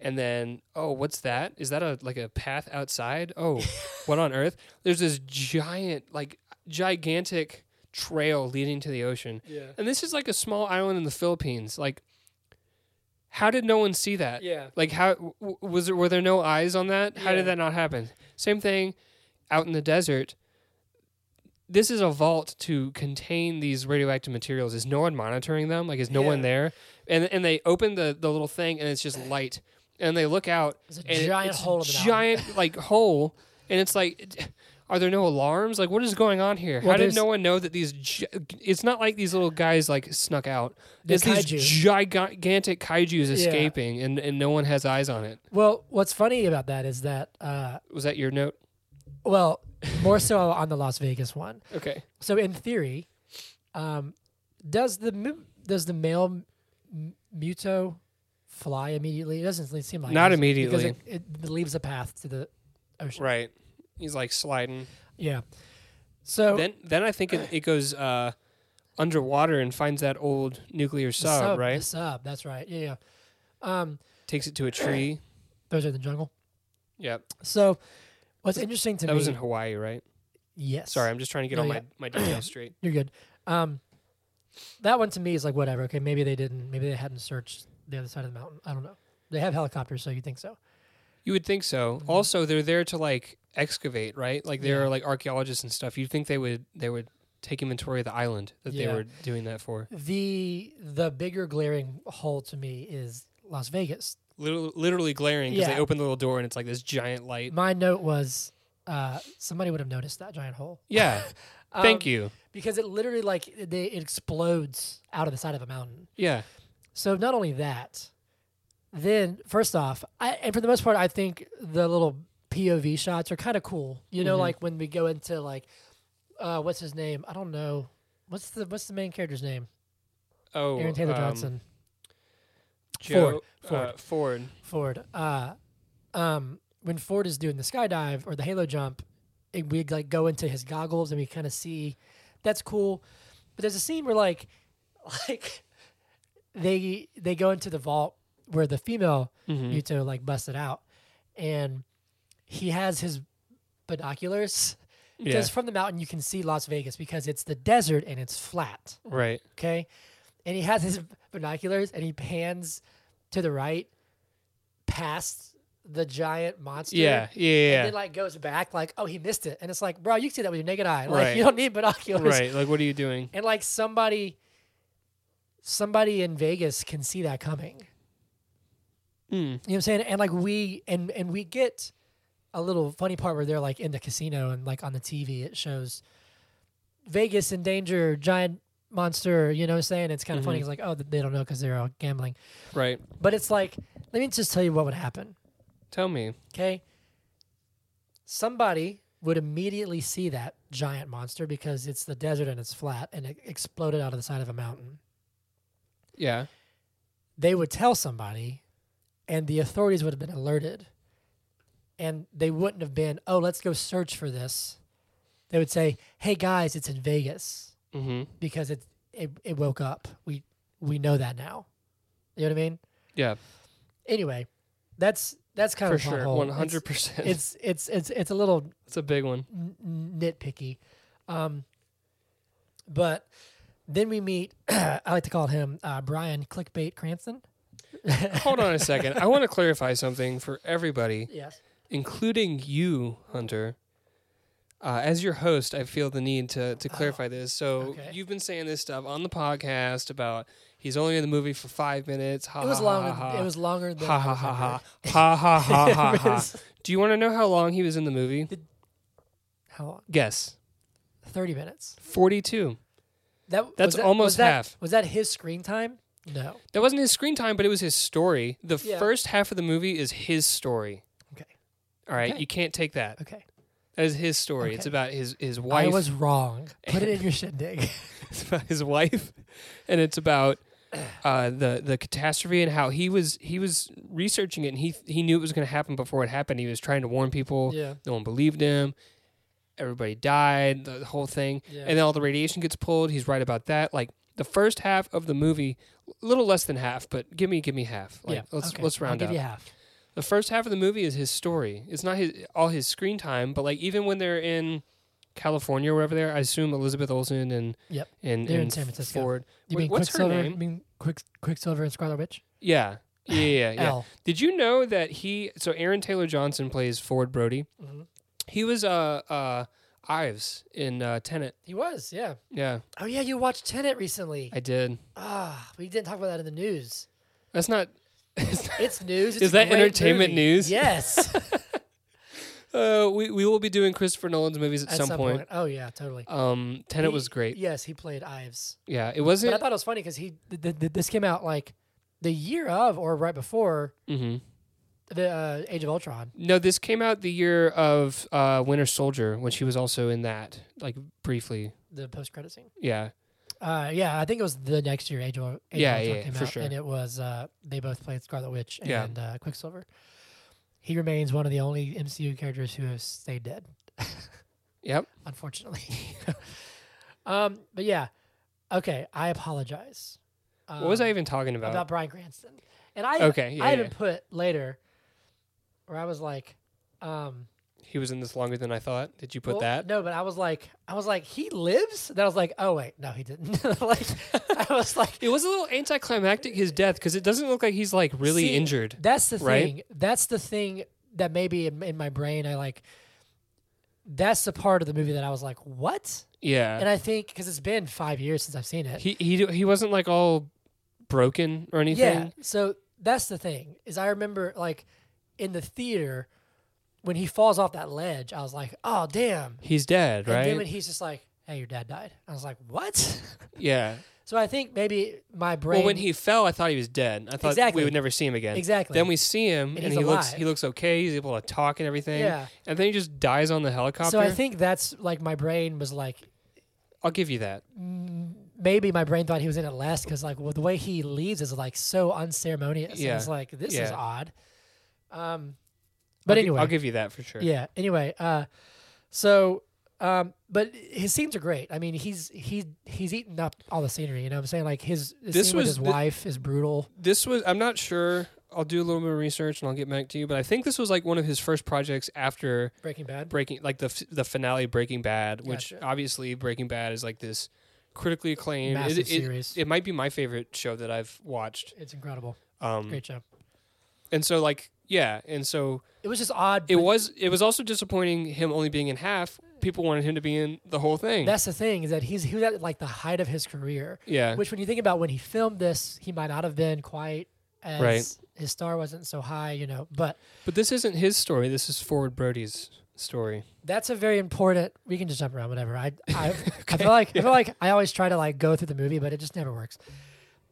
and then oh, what's that? Is that a like a path outside? Oh, what on earth? There's this giant like gigantic trail leading to the ocean.
Yeah.
And this is like a small island in the Philippines. Like, how did no one see that?
Yeah.
Like, how w- w- was there? Were there no eyes on that? How
Yeah.
did that not happen? Same thing, out in the desert. this is a vault to contain these radioactive materials. Is no one monitoring them? Like, is no one
Yeah.
there? And and they open the the little thing, and it's just light. And they look out.
There's a
and it-
giant
it's
hole in the mountain.
giant like hole, and it's like. Are there no alarms? Like, what is going on here?
Well,
How did
there's-
no one know that these? Gi- it's not like these little guys like snuck out.
They're
It's these
kaiju.
gigantic kaiju's escaping, and, and no one has eyes on it.
Well, what's funny about that is that, uh,
Was that your note?
well, more so on the Las Vegas one.
Okay.
So in theory, um, does the mu- does the male m- muto fly immediately? It doesn't seem like it,
Not
does it? because
immediately.
it, it leaves a path to the ocean.
Right. He's like sliding.
Yeah. So
Then then I think it, it goes uh, underwater and finds that old nuclear
the
sub,
sub,
right?
The sub. That's right. Yeah. yeah. Um,
Takes it to a tree.
those are in the jungle.
yep.
So what's interesting to
That
me?
was in Hawaii, right?
yes.
Sorry, I'm just trying to get
No,
all
yeah.
my, my details straight.
You're good. Um, that one to me is like whatever. Okay, maybe they didn't. Maybe they hadn't searched the other side of the mountain. I don't know. They have helicopters, so you think so?
You would think so.
Mm-hmm.
Also, they're there to like excavate, right? Like there are like archaeologists and stuff. You'd think they would they would take inventory of the island that
Yeah.
they were doing that for.
The the bigger glaring hole to me is Las Vegas.
Literally, literally glaring because
Yeah.
they open the little door and it's like this giant light.
My note was uh, somebody would have noticed that giant hole
Yeah. Thank you.
because it literally like it- they, it explodes out of the side of a mountain.
Yeah.
So not only that, then first off, I, and for the most part, I think the little POV shots are kind of cool. You
Mm-hmm.
know, like when we go into like, uh, what's his name? I don't know. What's the what's the main character's name?
Oh,
Aaron Taylor
um,
Johnson.
Joe,
Ford.
uh, Ford.
Ford. Uh, um, when Ford is doing the skydive or the halo jump, it, we like go into his goggles and we kind of see. That's cool, but there's a scene where like, like, they they go into the vault where the female
Mm-hmm.
Yuto like busted out, and he has his binoculars
Yeah.
because from the mountain you can see Las Vegas because it's the desert and it's flat.
Right.
Okay. And he has his binoculars and he pans to the right past the giant monster.
Yeah. Yeah. Yeah.
And then like goes back like, oh, he missed it. And it's like, bro, you can see that with your naked eye. Like
Right.
you don't need binoculars.
Right. Like, what are you doing?
And like somebody somebody in Vegas can see that coming.
Mm.
You know what I'm saying? And like we and and we get a little funny part where they're like in the casino and like on the TV it shows Vegas in danger, giant monster. You know what I'm saying? It's kind of funny. It's like oh they don't know because they're all gambling,
Right.
but it's like let me just tell you what would happen.
Tell me.
Okay, somebody would immediately see that giant monster because it's the desert and it's flat and it exploded out of the side of a mountain.
Yeah.
they would tell somebody and the authorities would have been alerted and they wouldn't have been oh let's go search for this they would say hey guys it's in vegas
Mm-hmm.
because it it, it woke up we we know that now you know what i mean
Yeah.
anyway that's that's kind
For
of a
sure.
pothole.
One
It's-
hundred percent. It's
it's it's it's it's a little
a big one.
n- nitpicky. Um, but then we meet, I like to call him uh, Brian Clickbait Cranston.
Hold on a second. I want to clarify something for everybody,
Yes.
including you, Hunter. Uh, as your host, I feel the need to, to clarify this. So
Oh, okay.
you've been saying this stuff on the podcast about he's only in the movie for five minutes. Ha,
It was
ha,
longer.
Ha, ha.
It was longer than.
ha
I
ha ha
remembered.
ha ha ha ha ha.
It
ha.
was-
Do you want to know how long he was in the movie?
How long?
Guess
Thirty minutes.
forty-two.
That was
That's
that-
almost
was that-
half.
Was that his screen time? No.
That wasn't his screen time, but it was his story. The
Yeah.
first half of the movie is his story.
Okay.
All right,
Okay.
you can't take that.
Okay.
That is his story. It's
Okay.
about his his
I
wife.
was wrong. Put it in your shindig.
it's about his wife, and it's about uh, the the catastrophe and how he was he was researching it and he he knew it was going to happen before it happened. He was trying to warn people.
Yeah.
No one believed him. Everybody died. The whole thing,
Yeah.
and then all the radiation gets pulled. He's right about that. Like the first half of the movie, a little less than half, but give me give me half. Like,
yeah.
Let's
okay.
let's round
I'll give
up.
you half.
the first half of the movie is his story. It's not his all his screen time, but like even when they're in California or wherever they are, I assume Elizabeth Olsen and
Yep.
and,
They're in
and
San Francisco.
Ford.
You
Wait,
mean
what's her
Quicksilver? You
name?
mean Quick Quicksilver and Scarlet Witch?
Yeah. Yeah, yeah, yeah.
L.
Did you know
Mm-hmm.
that he so Aaron Taylor Johnson plays Ford Brody? He was uh uh Ives in uh, Tenet.
He was, yeah.
Yeah,
Oh yeah, you watched Tenet recently.
I did.
Ah, we didn't talk about that in the news.
That's not. it's not-
It's news. It's
Is
a
that
great
entertainment
movie.
news?
Yes.
uh, we we will be doing Christopher Nolan's movies at,
At
some, point.
Oh yeah, totally.
Um, Tenet
He-
was great.
Yes, he played Ives.
Yeah, it
But I
wasn't.
thought it was funny because he th- th- th- this came out like the year of or right before
mhm.
the uh, Age of Ultron.
No, this came out the year of uh, Winter Soldier, which he was also in that, like briefly.
The post credit scene.
Yeah,
Uh, yeah, I think it was the next year Age of, Age of
Yeah,
Ultron
yeah,
came
for
out,
sure.
and it was uh, they both played Scarlet Witch
Yeah.
and uh, Quicksilver. He remains one of the only MCU characters who has stayed dead,
yep.
unfortunately. um, but yeah, okay, I apologize. Um,
what was I even talking about?
about Brian Cranston? And I
Okay, yeah,
I
yeah.
even put later where I was like, um,
He was in this longer than I thought. Did you put
well,
that?
No, but I was like, I was like, he lives. Then I was like, oh wait, no, he didn't. like, I was like,
It was a little anticlimactic his death because it doesn't look like he's like really
See,
injured.
That's the
right?
thing. That's the thing that maybe in, in my brain I like. That's the part of the movie that I was like, "What?"
Yeah,
And I think because it's been five years since I've seen it.
he he he wasn't like all broken or anything.
yeah. So that's the thing is I remember like in the theater when he falls off that ledge, I was like, "Oh damn!"
He's dead,
And
right?
then when he's just like, "Hey, your dad died," I was like, "What?"
yeah.
so I think maybe my brain.
Well, when he fell, I thought he was dead. I thought
Exactly.
we would never see him again.
Exactly.
Then we see him,
And
and,
he's
he looks
alive.
he looks okay. He's able to talk and everything.
Yeah.
And then he just dies on the helicopter.
so I think that's like my brain was like,
I'll give you that.
maybe my brain thought he was in it last because like well, the way he leaves is like so unceremonious. Yeah.
Yeah.
It's like this is
Yeah.
odd. Um, but
I'll gi-
anyway,
I'll give you that for sure.
yeah. Anyway, uh, so um, but his scenes are great. I mean, he's he's he's eaten up all the scenery. You know, what I'm saying like his, his
This
scene with
was
his
the-
wife is brutal.
This was. I'm not sure. I'll do a little bit of research and I'll get back to you. But I think this was like one of his first projects after
Breaking Bad.
Breaking, like the f- the finale of Breaking Bad, which
Gotcha.
obviously Breaking Bad is like this critically acclaimed.
Massive
it, it-
series.
It might be my favorite show that I've watched.
It's incredible.
Um,
Great show.
and so like yeah, and so
It was just odd.
it
but
was it was also disappointing him only being in half. People wanted him to be in the whole thing.
That's the thing is that he's he was at like the height of his career.
yeah,
Which, when you think about when he filmed this, he might not have been quite as
Right.
his star wasn't so high, you know. But
but this isn't his story. This is Forward Brody's story.
that's a very important. We can just jump around, whatever. I I, I feel like I feel like I always try to like go through the movie, but it just never works.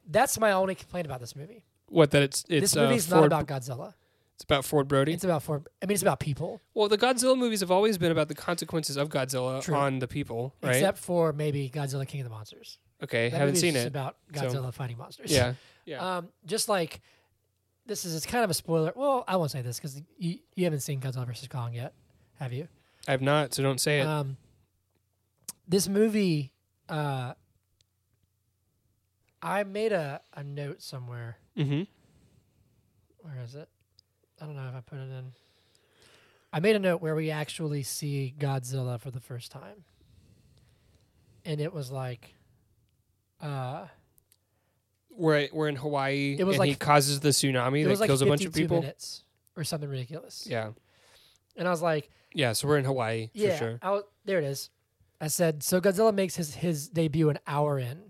That's my only complaint about this movie.
What that it's it's
this
uh,
movie's
Ford-
not about Godzilla.
it's about Ford Brody.
It's about for. I mean, it's about people,
Well, the Godzilla movies have always been about the consequences of Godzilla
True.
on the people, right?
except for maybe Godzilla King of the Monsters.
okay,
That
haven't
movie's
seen
just
it.
About
so-
Godzilla fighting monsters.
yeah, yeah.
Um, just like this is it's kind of a spoiler. Well, I won't say this because you you haven't seen Godzilla versus Kong yet, have you?
I've not, so don't say it.
Um, this movie, uh, I made a, a note somewhere.
mm-hmm.
Where is it? I don't know if I put it in. I made a note where we actually see Godzilla for the first time. And it was like, uh,
We're we're in Hawaii.
It was
and
like-
he causes the tsunami
it
that
was like
kills a bunch of
52
people.
minutes or something ridiculous.
Yeah,
And I was like,
yeah. So we're in Hawaii
yeah,
for sure.
I was- there it is. I said, so Godzilla makes his, his debut an hour in,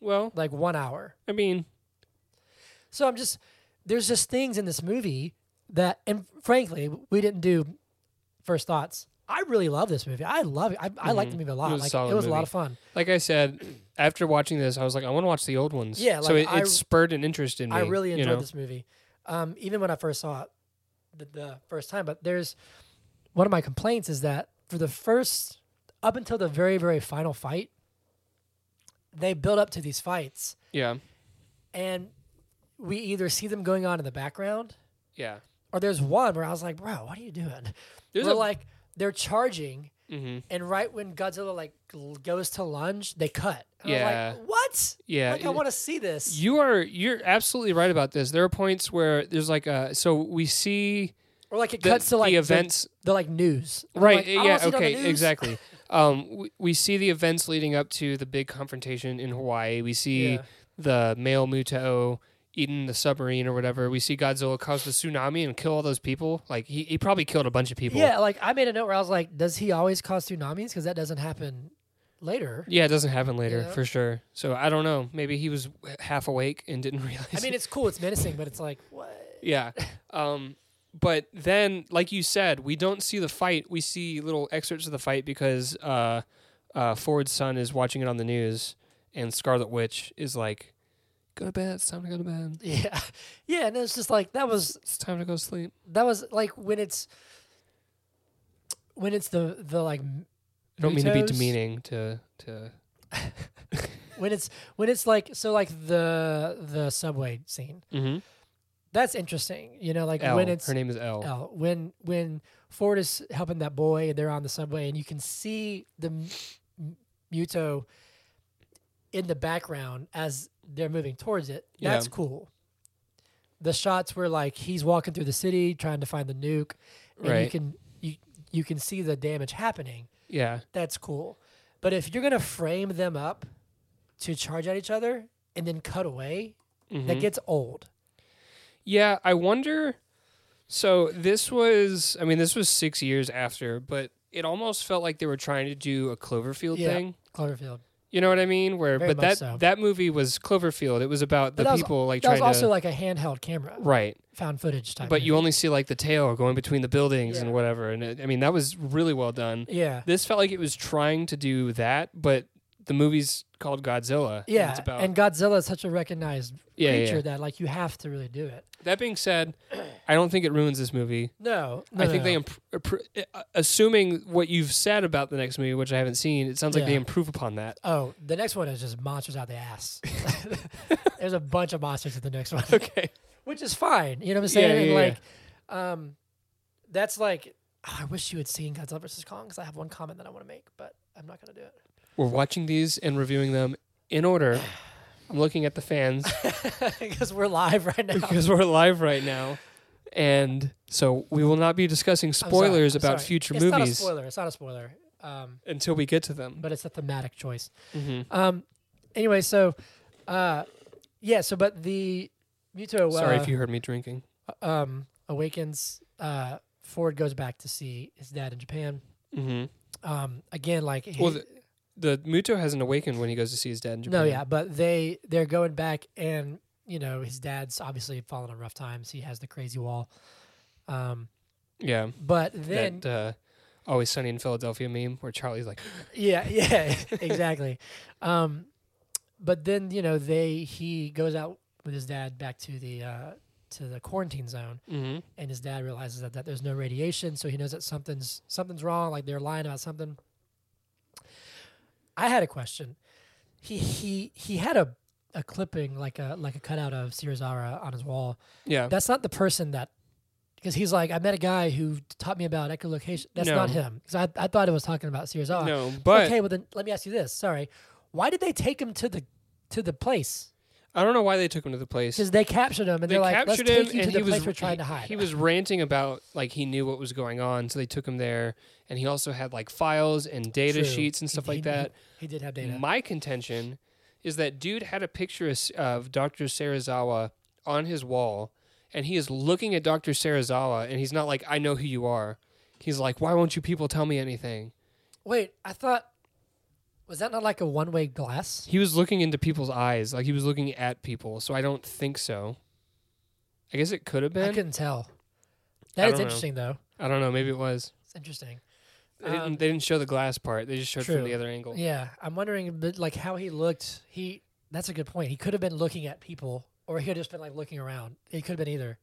Well,
like one hour.
I mean,
So I'm just there's just things in this movie that, and frankly, we didn't do first thoughts. I really love this movie. I love it. I, I like the movie a lot.
Mm-hmm. It was a
like
solid
it was a lot
movie.
of fun.
like I said, after watching this, I was like, I want to watch the old ones.
Yeah,
so
like,
it,
I-
it spurred an interest in me.
I really
you
enjoyed
know?
this movie, um, even when I first saw it the, the first time. But there's one of my complaints is that for the first up until the very very final fight, they build up to these fights,
Yeah,
and we either see them going on in the background,
yeah.
or there's one where I was like, "Bro, what are you doing?"
There's
Where,
a-
like they're charging.
hmm
and right when Godzilla like gl- goes to lunge, they cut. And I'm
Yeah.
like, what?
Yeah,
Like I
it-
want to see this.
You are you're absolutely right about this. There are points where there's like a so we see
or like it
the-
cuts to like
the events-
the, like news. And I'm
right
like, I don't
yeah
wanna see it on the
okay
news.
exactly. Um, we, we see the events leading up to the big confrontation in Hawaii. We see
Yeah.
the male Muto eating the submarine or whatever. We see Godzilla cause the tsunami and kill all those people. Like he, he probably killed a bunch of people.
Yeah, like I made a note where I was like, does he always cause tsunamis? Because that doesn't happen later.
Yeah, it doesn't happen later
Yeah.
for sure. So I don't know. Maybe he was uh, half awake and didn't realize.
I mean, it's cool, it's menacing, but it's like, what?
Yeah. Um, but then, like you said, we don't see the fight. We see little excerpts of the fight because uh, uh, Ford's son is watching it on the news, and Scarlet Witch is like, "Go to bed. It's time to go to bed.
Yeah, yeah, and it's just like that was
It's time to go to sleep."
that was like when it's when it's the the like
I don't mean to be
Mutos?
demeaning to to.
when it's when it's like so like the the subway scene
Mm-hmm.
that's interesting you know like
L.
when it's
Her name is L.
L. when when Ford is helping that boy and they're on the subway and you can see the m- m- Muto in the background as they're moving towards it.
Yeah.
That's cool. The shots where like he's walking through the city trying to find the nuke, and you
Right.
can you you can see the damage happening.
Yeah.
That's cool. But if you're gonna frame them up to charge at each other and then cut away,
Mhm.
that gets old.
Yeah, I wonder. So this was, I mean, this was six years after, but it almost felt like they were trying to do a Cloverfield
Yeah.
thing.
Cloverfield.
You know what I mean? Where,
Very
but
much
that
so.
that movie was Cloverfield. It was about the
that was-
people like
That was
trying
also
to
like a handheld camera,
right.
found footage type.
But
movie.
you only see like the tail going between the buildings and
Yeah.
whatever. And it, I mean, that was really well done.
Yeah.
This felt like it was trying to do that, but the movie's called Godzilla. and
Yeah.
it's about
and Godzilla is such a recognized
Yeah, yeah,
creature
yeah.
that like you have to really do it.
that being said, I don't think it ruins this movie.
No.
I think they, imp- appr- uh, assuming what you've said about the next movie, which I haven't seen, it sounds like they
Yeah.
improve upon that.
Oh, the next one is just monsters out the ass. There's a bunch of monsters in the next one,
Okay.
which is fine. You know what I'm
Yeah,
saying?
yeah,
and like, um, that's like, oh, I wish you had seen Godzilla vs Kong because I have one comment that I want to make, but I'm not gonna do it.
We're watching these and reviewing them in order. I'm looking at the fans
because we're live right now.
because we're live right now. And so we will not be
I'm
discussing
Oh, sorry,
spoilers
I'm
about
sorry.
future
it's Not a
movies
spoiler. It's not a spoiler. Um,
until we get to them.
but it's a thematic choice.
hmm
Um. Anyway, so, uh, yeah. So, but the Muto. Uh,
Sorry if you heard me drinking.
Um, awakens. Uh, Ford goes back to see his dad in Japan.
hmm
Um, again, like he-
Well, the, the Muto hasn't awakened when he goes to see his dad in Japan.
no, yeah, but they they're going back, and you know his dad's obviously fallen on rough times. He has the crazy wall. Um,
Yeah.
but then
that uh, Always Sunny in Philadelphia meme where Charlie's like,
Yeah, yeah, exactly. um, but then you know they he goes out with his dad back to the uh, to the quarantine zone,
mm-hmm.
and his dad realizes that, that there's no radiation, so he knows that something's something's wrong. Like they're lying about something. I had a question. He he he had a a clipping like a like a cutout of Sirizawa on his wall.
yeah.
That's not the person that. Because he's like, I met a guy who taught me about echolocation. That's
No.
not him. Because I, I thought it was talking about Sirizawa
no,
uh,
but
okay, well then let me ask you this. Sorry, why did they take him to the to the place?
I don't know why they took him to the place.
Because they captured him and
they
they're like, let's
captured
take
him,
you to
and
the
he
place
was
we're trying
he,
to hide.
He was ranting about like he knew what was going on, so they took him there, and he also had like files and data
True.
sheets and stuff
He-
like
he-
that. Mm.
He did have data.
My contention is that dude had a picture of, S- of Dr. Sarazawa on his wall, and he is looking at Dr. Sarazawa, and he's not like, "I know who you are." He's like, "Why won't you people tell me anything?"
Wait, I thought was that not like a one way glass?
He was looking into people's eyes, like he was looking at people. So I don't think so. I guess it could have
I
been.
couldn't tell.
I
That is
don't know.
interesting though.
I don't know. Maybe it was.
It's interesting.
They, didn't,
Um,
they didn't show the glass part. They just showed from
true.
the other angle.
Yeah, I'm wondering a bit, like how he looked. He that's a good point. He could have been looking at people, or he could have just been like looking around. It could have been either.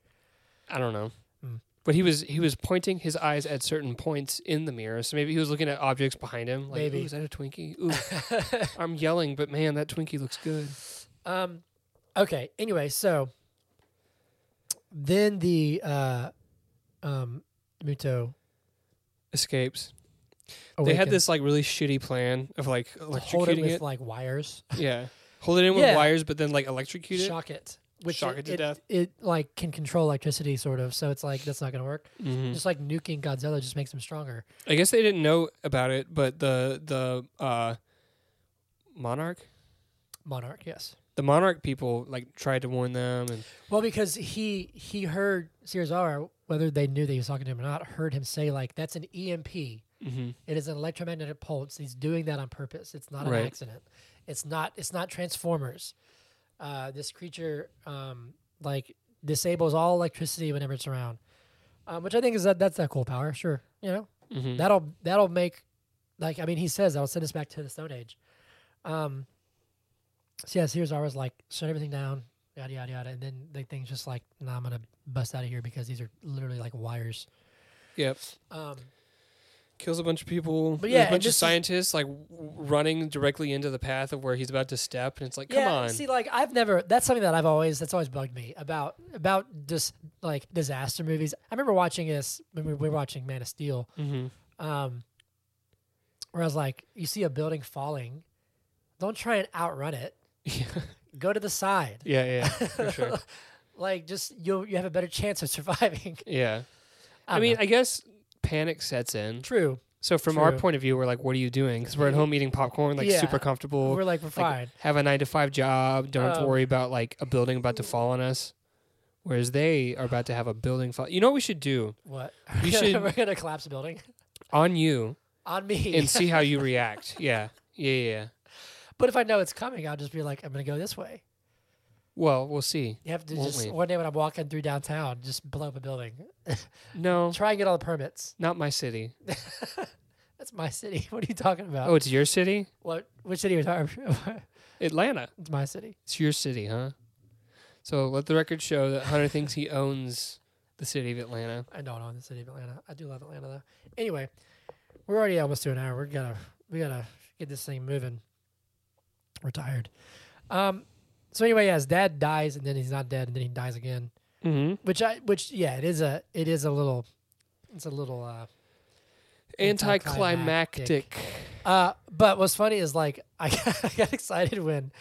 I don't know.
Hmm.
But he was he was pointing his eyes at certain points in the mirror. So maybe he was looking at objects behind him. Like,
Maybe.
Ooh, is that a Twinkie? Ooh, I'm yelling, but man, that Twinkie looks good.
Um, okay. Anyway, so then the uh, um, Muto.
Escapes. They
awakens
had this like really shitty plan of like
to hold it
electrocuting
with
it.
like wires,
yeah, hold it in with
Yeah.
wires, but then like electrocute it.
shock it, which
Shock it to
it,
death.
it like can control electricity, sort of. So it's like that's not gonna work.
Mhm.
Just like nuking Godzilla just makes him stronger.
I guess they didn't know about it, but the the uh, monarch
Monarch, yes.
the monarch people like tried to warn them and
Well, because he he heard Sirizawa, whether they knew that he was talking to him or not, heard him say like, "That's an EMP. It is an electromagnetic pulse. He's doing that on purpose. It's not
Right.
an accident. It's not. It's not Transformers. Uh, this creature um, like disables all electricity whenever it's around, um, which I think is that that's that cool power. Sure, you know
Mm-hmm.
that'll that'll make like I mean he says that'll send us back to the Stone Age. Um, so yes, here's ours like shut everything down, yada yada yada, and then the thing's just like, nah, I'm gonna bust out of here because these are literally like wires.
yep
Um,
kills a bunch of people. There's
yeah,
a
and
bunch
this
of
is-
scientists like w- running directly into the path of where he's about to step, and it's like, come
yeah,
on.
see, like I've never that's something that I've always that's always bugged me about about just like disaster movies. I remember watching this when we were watching Man of Steel.
mm-hmm.
um, where I was like, you see a building falling, don't try and outrun it. Go to the side.
Yeah, yeah, for sure.
Like, just you you have a better chance of surviving.
Yeah, I,
don't
mean,
know.
I guess panic sets in.
true.
So from our
True.
point of view, we're like, what are you doing? Because we're at home eating popcorn, like
Yeah.
super comfortable.
We're like, we're
like,
fine.
Have a nine to five job. Don't have to
Um,
worry about like a building about to fall on us. Whereas they are about to have a building fall. You know what we should do
What?
you should-
we're gonna collapse the building
on you
on me.
and see how you react. Yeah, yeah, yeah. yeah.
but if I know it's coming, I'll just be like, I'm gonna go this way.
Well, we'll see.
You have to
Won't
just
we?
one day when I'm walking through downtown, just blow up a building.
No,
Try and get all the permits.
not my city.
That's my city. What are you talking about?
Oh, it's your city.
What? Which city are you talking about?
Atlanta.
it's my city.
It's your city, huh? So let the record show that Hunter thinks he owns the city of Atlanta.
I don't own the city of Atlanta. I do love Atlanta though. Anyway, we're already almost to an hour. We're gonna we gotta get this thing moving. We're tired. Um so anyway, yeah, his dad dies and then he's not dead and then he dies again.
Mm-hmm.
Which I which yeah, it is a it is a little it's a little uh
Anticlimactic.
uh but what's funny is like I got, I got excited when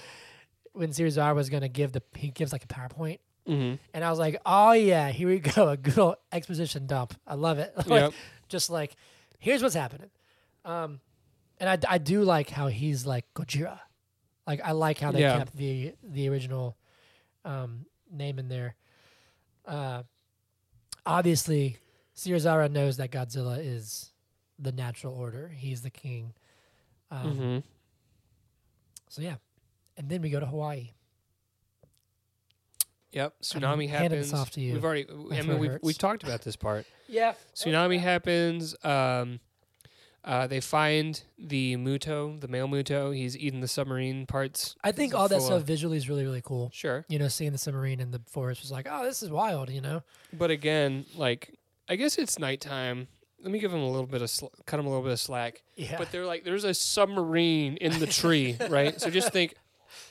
when Series R was gonna give the he gives like a PowerPoint
Mm-hmm.
and I was like, oh yeah, here we go, a good old exposition dump. I love it. Like,
Yep.
Just like, here's what's happening. Um, and I, I do like how he's like Gojira. Like I like how they
Yeah.
kept the the original um, name in there. Uh, obviously, Sirizawa knows that Godzilla is the natural order. He's the king. Um,
Mm-hmm.
So yeah, and then we go to Hawaii.
Yep. Tsunami
handing this
happens.
off to you.
We've already. I mean,
throat
we've,
hurts.
we've talked about this part.
Yeah.
Tsunami happens. Um, uh, they find the Muto, the male Muto. He's eating the submarine parts.
I think
It's
all that
full
stuff
of-
visually is really really cool.
Sure.
you know, seeing the submarine in the forest was like, oh, this is wild, you know?
But again, like I guess it's nighttime. Let me give him a little bit of sl- cut him a little bit of slack.
Yeah.
But they're like, there's a submarine in the tree, right? So just think,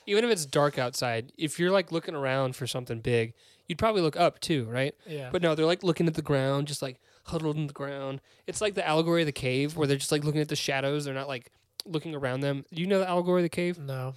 even if it's dark outside, if you're like looking around for something big, you'd probably look up too, right?
yeah.
But no, they're like looking at the ground, just like huddled in the ground. It's like the allegory of the cave, where they're just like looking at the shadows. They're not like looking around them. You know the allegory of the cave?
no.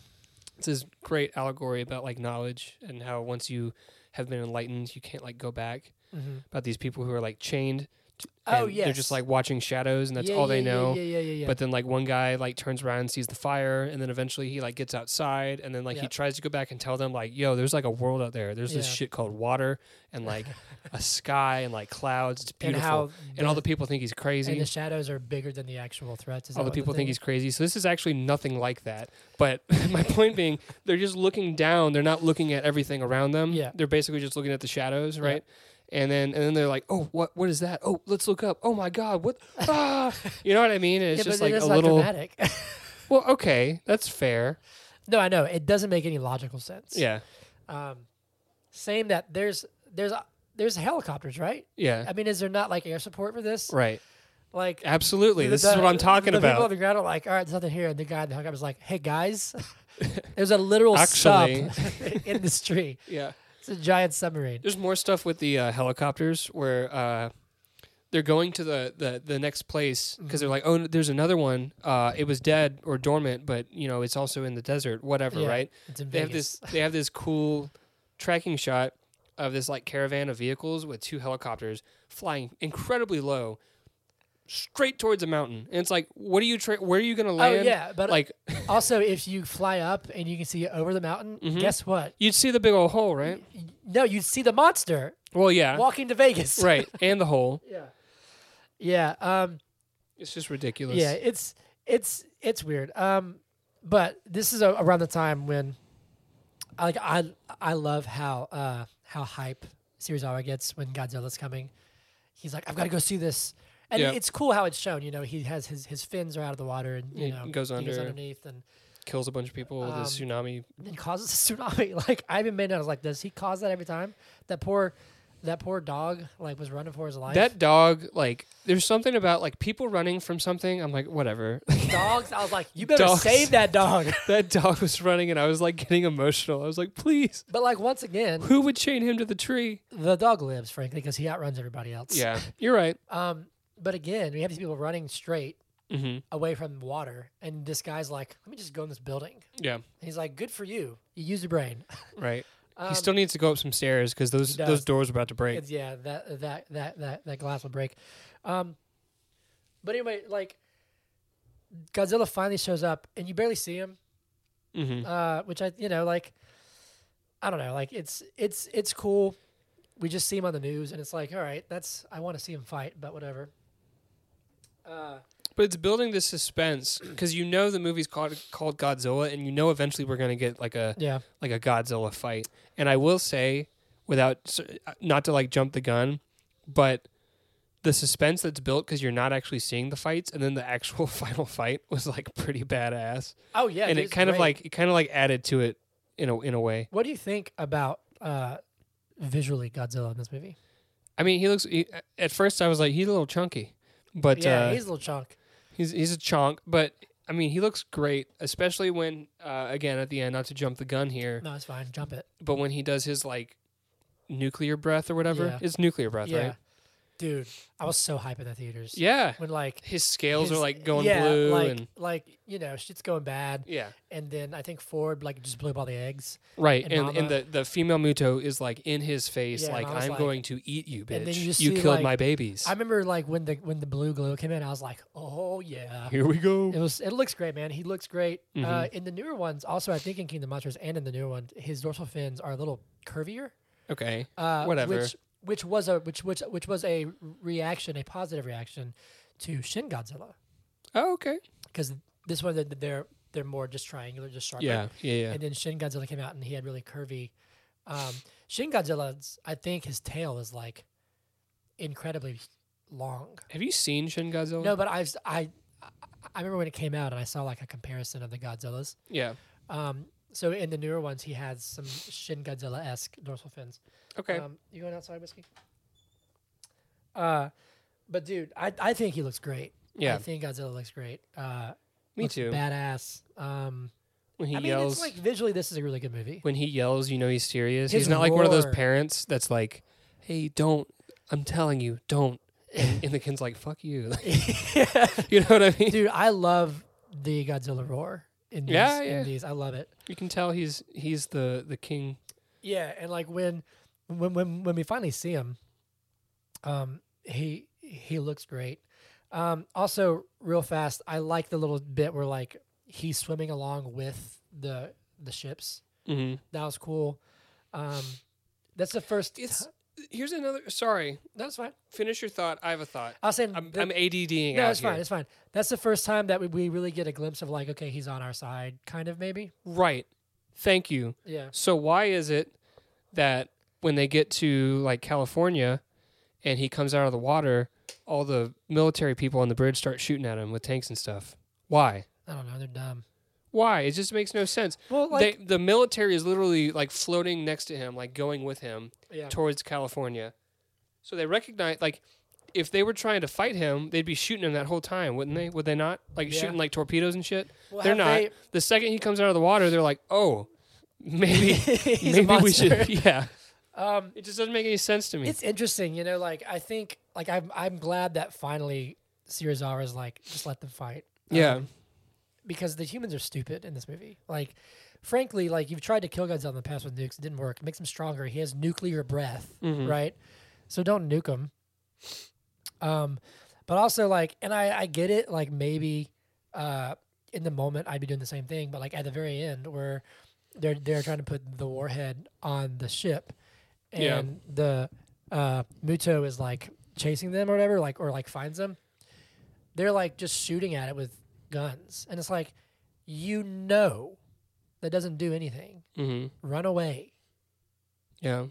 It's this great allegory about like knowledge and how once you have been enlightened, you can't like go back
Mm-hmm.
about these people who are like chained. t-
Oh,
and They're
yes.
just like watching shadows and that's all they know.
Yeah, yeah, yeah, yeah.
But then like one guy like turns around and sees the fire and then eventually he like gets outside and then like he
Yep.
tries to go back and tell them like, yo, there's like a world out there. There's this
Yeah.
shit called water and like a sky and like clouds. It's
and
beautiful. And,
how
all the people think he's
and
crazy.
the shadows are bigger than the actual threats. Is
all
that
the
what
people
thing
think he's crazy. So this is actually nothing like that. But my point being, they're just looking down. They're not looking at everything around them.
Yeah.
They're basically just looking at the shadows,
Yeah.
right? And then and then they're like, oh, what what is that? Oh, let's look up. Oh my God, what? Ah, you know what I mean? And
is?
it's
Yeah,
just
but
like
it is
a
not
little.
dramatic.
Well, okay, that's fair.
no, I know. It doesn't make any logical sense.
Yeah,
Um, same that there's, there's, uh, there's helicopters, right?
yeah,
I mean, is there not like air support for this?
right.
Like,
Absolutely,
the-
this
the-
is what I'm talking
the People on
about.
the ground are like, all right, there's nothing here. And the guy in the helicopter is like, hey, guys, there's a literal
Actually.
sub in this tree.
Yeah,
It's a giant submarine.
there's more stuff with the uh, helicopters where. Uh, they're going to the, the, the next place because they're like, oh, there's another one. Uh, it was dead or dormant, but you know it's also in the desert, whatever,
Yeah,
right?
It's in
They have
Vegas.
this they have this cool tracking shot of this like caravan of vehicles with two helicopters flying incredibly low, straight towards a mountain, and it's like, what are you? Tra- where are you going to
Oh
land?
yeah, but
like
Also, if you fly up and you can see over the mountain,
Mhm.
guess what?
You'd see the big old hole, right?
No, you'd see the monster
Well, yeah.
walking to Vegas.
right, and the hole.
Yeah. Yeah. Um,
It's just ridiculous.
yeah. It's it's it's weird. Um, but this is a, around the time when, I like I I love how uh how hype Serizawa gets when Godzilla's coming. He's like, I've got to go see this, and
Yeah.
it's cool how it's shown. You know, he has his his fins are out of the water, and you
He
know
goes
he goes
under.
underneath and
Kills a bunch of people with a
Um,
tsunami.
and causes a tsunami. Like I even made note, I was like, does he cause that every time? That poor, that poor dog like was running for his life.
That dog, like, there's something about like people running from something. I'm like, whatever.
dogs. I was like, you better
Dogs.
save that dog.
that dog was running, and I was like getting emotional. I was like, please,
but like once again,
who would chain him to the tree?
the dog lives, frankly, because he outruns everybody else.
Yeah, you're right.
Um, but again, we have these people running straight
Mm-hmm.
away from water, and this guy's like, let me just go in this building.
Yeah,
And he's like, good for you. You use your brain.
right.
Um,
he still needs to go up some stairs because those
does.
those doors are about to break.
It's, yeah, that that that that that glass will break. Um, but anyway, like Godzilla finally shows up, and you barely see him,
Mm-hmm.
uh, which I you know like I don't know, like it's it's it's cool. We just see him on the news, and it's like, all right, that's I want to see him fight, but whatever. Uh,
But it's building the suspense because you know the movie's called called Godzilla, and you know eventually we're gonna get like a
yeah,
like a Godzilla fight. And I will say, without s- not to like jump the gun, but the suspense that's built because you're not actually seeing the fights, and then the actual final fight was like pretty badass.
oh yeah,
and
dude,
it
it's
kind of
great.
like it kind of like added to it in a in a way.
What do you think about uh, visually Godzilla in this movie?
I mean, he looks. He, at first, I was like, he's a little chunky, but
yeah,
uh,
he's a little chunk.
He's he's a chonk, but I mean he looks great, especially when uh, again at the end. Not to jump the gun here,
No, it's fine. Jump it.
but when he does his like nuclear breath or whatever,
Yeah.
it's nuclear breath,
yeah,
right?
dude, I was so hype in the theaters.
Yeah,
when like
his scales
his-
are like going
yeah,
blue
like
and
like you know shit's going bad,
yeah,
and then I think Ford like just blew up all the eggs,
right.
and
And and,
Mama-
the the female Muto is like in his face,
Yeah,
like
Mama's
I'm
like-
going to eat you,
then
bitch.
you
You,
just see, like-
killed my babies.
I remember like when the when the blue glue came in, I was like, oh yeah,
here we go.
it was it looks great, man. He looks great. Uh,
Mhm.
in the newer ones, also I think in Kingdom Monsters and in the newer ones, his dorsal fins are a little curvier.
Okay,
Uh,
Whatever.
Which, which was a which which which was a reaction, a positive reaction to Shin Godzilla,
oh okay,
because this one they're- they're they're more just triangular, just sharper.
yeah, yeah, yeah.
and then Shin Godzilla came out and he had really curvy. Um, Shin Godzilla's, I think his tail is like incredibly long.
Have you seen Shin Godzilla?
No, but I, s- I, I remember when it came out and I saw like a comparison of the Godzillas.
Yeah.
Um, so in the newer ones, he has some Shin Godzilla esque dorsal fins.
Okay.
Um, you going outside, whiskey? Uh, but dude, I, I think he looks great.
yeah.
I think Godzilla looks great. Uh,
me
looks
too.
Badass. Um,
When he
I mean,
yells.
it's like visually, this is a really good movie.
when he yells, you know he's serious.
His
he's not like one of those
roar.
parents that's like, "Hey, don't! I'm telling you, don't." And, and the kid's like, "Fuck you!" you know what I mean?
dude i love the godzilla roar in these,
Yeah, yeah.
in these i love it
You can tell he's he's the the king.
yeah and like when when when, when we finally see him um he he looks great um also real fast i like the little bit where like he's swimming along with the the ships
Mm-hmm.
that was cool um that's the first
It's here's another. Sorry,
that's fine
finish your thought. I have a thought.
i was saying
I'm
that-
I'm ADDing
no
out
it's fine
here.
it's fine that's the first time that we, we really get a glimpse of like okay he's on our side kind of maybe
Right. Thank you.
yeah
So why is it that when they get to like California and he comes out of the water, all the military people on the bridge start shooting at him with tanks and stuff? Why?
i don't know they're dumb
Why? It just makes no sense.
well like
they, the military is literally like floating next to him, like going with him
yeah
towards California. So they recognize, like, if they were trying to fight him, they'd be shooting him that whole time, wouldn't they? Would they not? Like
Yeah.
shooting like torpedoes and shit.
Well,
they're
have
not.
they-
The second he comes out of the water, they're like, oh, maybe,
He's a
maybe we
monster.
should. Yeah,
Um,
it just doesn't make any sense to me.
it's interesting, you know. Like I think, like I'm, I'm glad that finally Serizawa's like just let them fight. Um,
yeah,
because the humans are stupid in this movie. Like, frankly, like you've tried to kill Godzilla in the past with nukes, it didn't work. It makes him stronger. He has nuclear breath,
Mhm.
right? So don't nuke him. Um, but also like, and I, I get it. Like maybe, uh, in the moment I'd be doing the same thing, but like at the very end where they're they're trying to put the warhead on the ship, and
Yeah.
the uh, Muto is like chasing them or whatever, like or like finds them. They're like just shooting at it with guns, and it's like you know that doesn't do anything.
Mm-hmm.
Run away.
Yeah.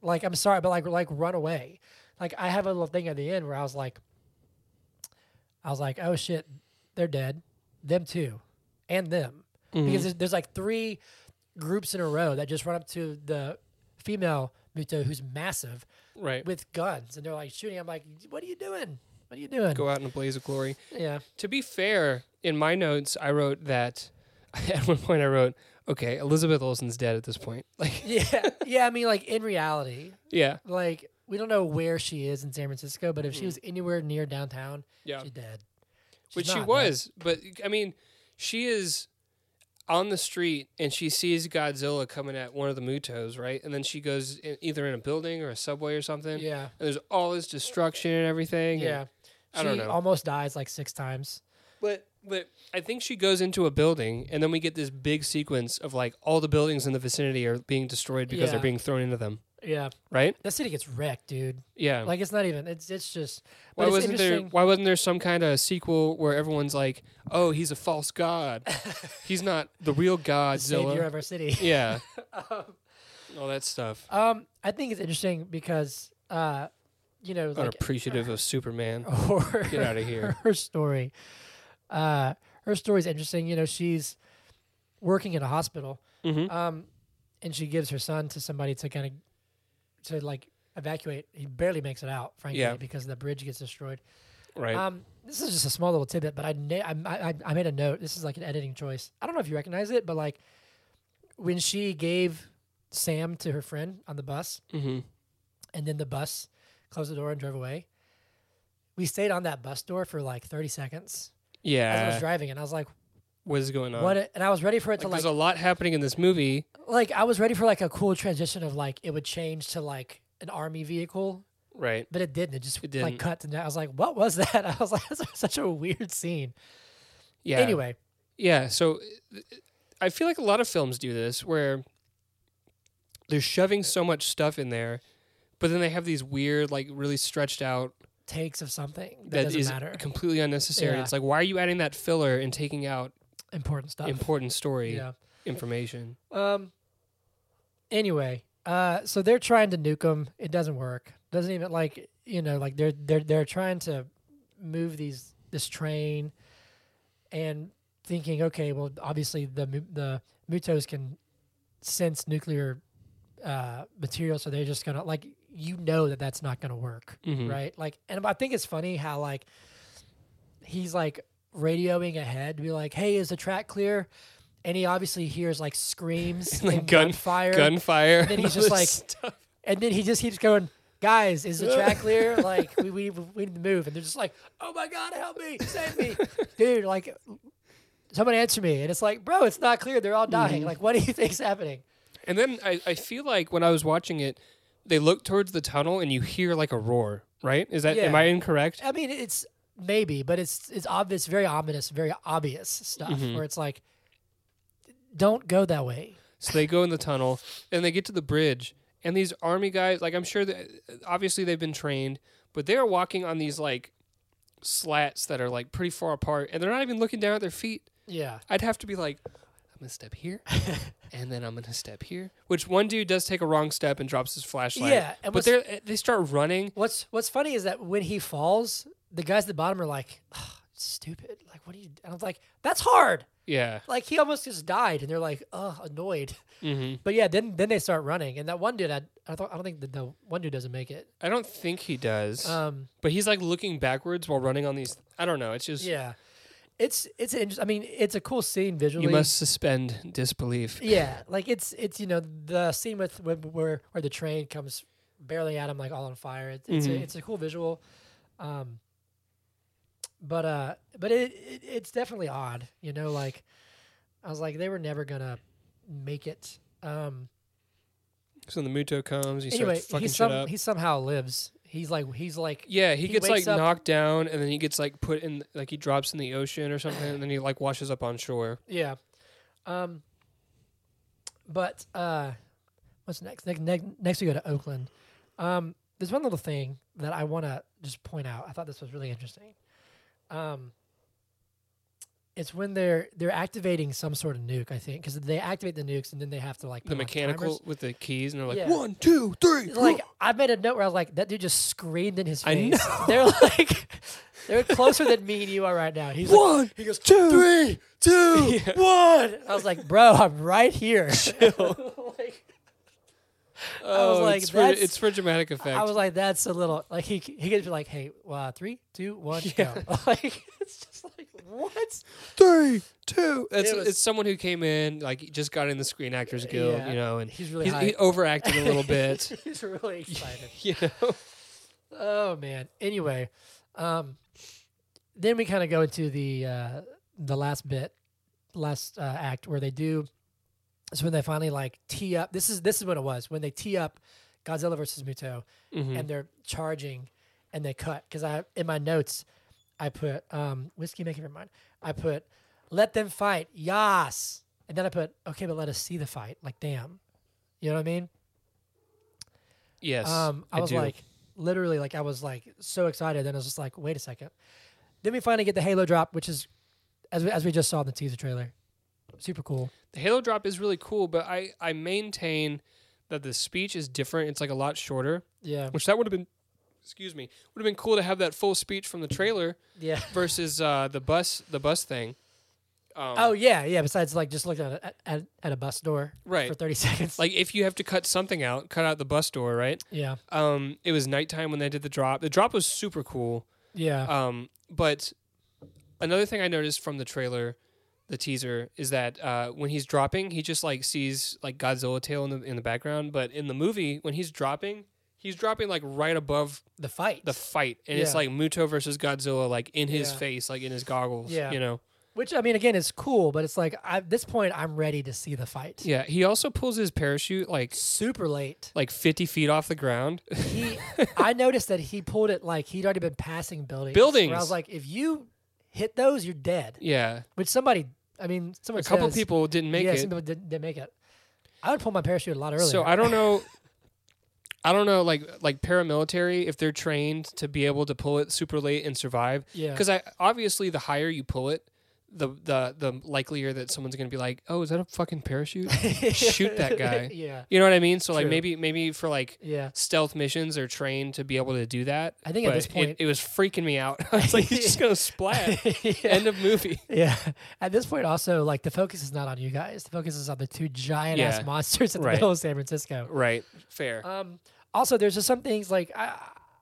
Like I'm sorry, but like like run away. Like I have a little thing at the end where I was like, I was like, oh shit, they're dead, them too, and them
Mm-hmm.
because there's, there's like three groups in a row that just run up to the female Muto who's massive
right.
with guns and they're like shooting. I'm like, what are you doing? What are you doing?
Go out in a blaze of glory.
Yeah,
To be fair, in my notes, I wrote that at one point I wrote, okay, Elizabeth Olsen's dead at this point. Like,
yeah, yeah. I mean, like in reality,
yeah.
like we don't know where she is in San Francisco, but if she was anywhere near downtown,
Mm-hmm. Yeah.
she's dead. She's
Which she
not, man.
was, but I mean, she is on the street and she sees Godzilla coming at one of the Mutos, right? And then she goes in, either in a building or a subway or something.
Yeah,
And there's all this destruction and everything. and-
yeah. She
I don't know.
almost dies like six times.
But but I think she goes into a building, and then we get this big sequence of like all the buildings in the vicinity are being destroyed because they're
Yeah.
being thrown into them,
Yeah,
right?
that city gets wrecked, dude.
Yeah.
Like it's not even. It's it's just.
why
but it's
wasn't there
interesting.
Why wasn't there some kind of sequel where everyone's like, "Oh, he's a false god. he's not the real
savior
Godzilla."
of our city?
Yeah. all that stuff.
Um, I think it's interesting because, uh, you know, like
Unappreciative of Superman.
Oh, her,
Get out of here.
her story, uh, her story's interesting. You know, she's working in a hospital,
Mhm.
um, and she gives her son to somebody to kind of to like evacuate. He barely makes it out, frankly,
Yeah.
because the bridge gets destroyed.
Right.
Um, this is just a small little tidbit, but I, na- I I I made a note. This is like an editing choice. I don't know if you recognize it, but like when she gave Sam to her friend on the bus,
hmm
and then the bus closed the door and drove away. We stayed on that bus door for like 30 seconds as I was
Yeah.
driving, and I was like,
what is going on?
"What?" it- And I was ready for it
uh, Like,
to
there's a
like,
lot happening in this movie.
like I was ready for like a cool transition of like it would change to like an army vehicle,
Right.
but it didn't. It just
It
like
didn't.
cut to that. I was like, "What was that?" I was like, "That's such a weird scene."
Yeah.
Anyway,
Yeah, so uh, I feel like a lot of films do this where they're shoving so much stuff in there, but then they have these weird, like really stretched out
takes of something that,
that
doesn't
is
matter,
completely unnecessary.
Yeah.
It's like, why are you adding that filler and taking out
important stuff.
important story
Uh, yeah.
information?
Um. Anyway, uh, so they're trying to nuke them. It doesn't work. Doesn't even like you know like they're they're they're trying to move these this train, and thinking okay, well obviously the mu- the mutos can sense nuclear uh, material, so they're just gonna like you know that that's not gonna work,
Mhm.
right? Like, and I think it's funny how like he's like radioing ahead to be like, "Hey, is the track clear?" And he obviously hears like screams and,
Like gun-
gunfire,
Gunfire.
then
and
he's
all
just
this
like-
stuff.
and then he just keeps going. Guys, is the track clear? Like we, we we need to move, and they're just like, "Oh my god, help me, save me, dude!" Like, someone answer me, and it's like, "Bro, it's not clear. They're all dying.
Mm-hmm.
Like, what do you think's happening?"
And then I, I feel like when I was watching it, they look towards the tunnel and you hear like a roar, right? Is that, am
Yeah.
I incorrect?
I mean, it's maybe, but it's it's obvious, very ominous, very obvious stuff
Mm-hmm.
where it's like, don't go that way.
So they go in the tunnel and they get to the bridge. And these army guys, like I'm sure that obviously they've been trained, but they are walking on these like slats that are like pretty far apart and they're not even looking down at their feet.
Yeah,
I'd have to be like, I'm gonna step here and then I'm gonna step here. Which one dude does take a wrong step and drops his flashlight.
Yeah, and
But
what's-
they're eh, they start running.
What's What's funny is that when he falls, the guys at the bottom are like, "Ugh, stupid. Like, what do you? And I was like, that's hard.
Yeah.
Like he almost just died, and they're like, ugh, annoyed.
hmm
But yeah, then then they start running, and that one dude, I I, don't I don't think the, the one dude doesn't make it.
I don't think he does.
Um,
but he's like looking backwards while running on these I don't know. It's just
yeah, it's it's an interest- I mean, it's a cool scene visually.
you must suspend disbelief.
Yeah, like it's it's you know the scene with where where, where the train comes barely at him like all on fire. It's it's,
Mhm.
a, it's a cool visual, um, but uh, but it, it it's definitely odd. You know, like I was like they were never gonna make it. Um,
So the Muto comes, he
anyway,
starts fucking
he
shit
some
up.
he somehow lives. He He's like he's like
Yeah, he,
He
gets like
wakes up-
knocked down and then he gets like put in like he drops in the ocean or something and then he like washes up on shore.
yeah. Um but uh what's next? Next next, next we go to Oakland. Um there's one little thing that I want to just point out. I thought this was really interesting. Um it's when they're they're activating some sort of nuke, I think, cuz they activate the nukes and then they have to like put
The
on
mechanical
timers.
with the keys and they're like
Yeah.
one, two, three.
like I made a note where I was like, that dude just screamed in his
I
face. They're like, they're closer than me and you are right now. He's like,
one, he goes two, three, two.
"Dude, what? I was like, bro, I'm right here. like,
Oh,
like,
it's for,
that's-
it's for dramatic effect.
I was like, that's a little like he he gets like, hey, uh, three, two, one, go. Like it's just like what?
three, two. It's,
It was-
it's someone who came in, like he just got in the Screen Actors Guild,
Yeah.
you know, and
He's really
he's, he
hyped.
overacted a little bit.
He's really excited.
You know,
Oh man. Anyway, um, then we kind of go into the uh, the last bit, last uh, act where they do. It's when they finally like tee up. This is this is what it was when they tee up Godzilla versus Muto, and they're charging, and they cut because I in my notes I put um, whiskey making your mind. I put let them fight, yas, and then I put okay, but let us see the fight. Like damn, you know what I mean?
yes,
Um, I, was
do.
like, literally, like I was like so excited. Then I was just like, wait a second. Then we finally get the Halo drop, which is as we, as we just saw in the teaser trailer, super cool.
the Halo drop is really cool, but I I maintain that the speech is different. It's like a lot shorter,
Yeah,
which that would have been, excuse me, would have been cool to have that full speech from the trailer
yeah.
versus uh, the bus the bus thing. Um,
Oh yeah, yeah. Besides, like just looking at a, at, at a bus door
Right.
for thirty seconds.
like if you have to cut something out, cut out the bus door, right?
yeah,
Um, it was nighttime when they did the drop. The drop was super cool.
yeah,
Um, but another thing I noticed from the trailer, the teaser, is that uh, when he's dropping, he just like sees like Godzilla tail in the in the background. But in the movie, when he's dropping, he's dropping like right above
the fight,
the fight, and it's
Yeah.
like Muto versus Godzilla, like in his
Yeah.
face, like in his goggles.
Yeah.
you know.
which I mean, again, is cool, but it's like I, at this point, I'm ready to see the fight.
Yeah, he also pulls his parachute like
Super late.
like fifty feet off the ground.
He, I noticed that he pulled it like he'd already been passing buildings. Where I
Buildings.
was like, if you hit those, you're dead.
yeah,
Which somebody, I mean, someone
a couple
says-
people didn't make
yeah,
it.
some people didn't, didn't make it. I would pull my parachute a lot earlier.
So I don't know. I don't know, like like paramilitary, if they're trained to be able to pull it super late and survive.
Yeah.
Because I obviously the higher you pull it, the the the likelier that someone's gonna be like, oh, is that a fucking parachute? Shoot that guy.
yeah,
You know what I mean? So like
True.
maybe maybe for like
yeah.
stealth missions are trained to be able to do that.
I think at
but
this
it-
point-
it, was freaking me out. I was like, he's just gonna splat. End of movie.
Yeah. At this point, also like the focus is not on you guys. The focus is on the two giant
Yeah.
ass monsters in the
Right.
middle of San Francisco.
Right. Fair.
Um, also, there's just some things like I,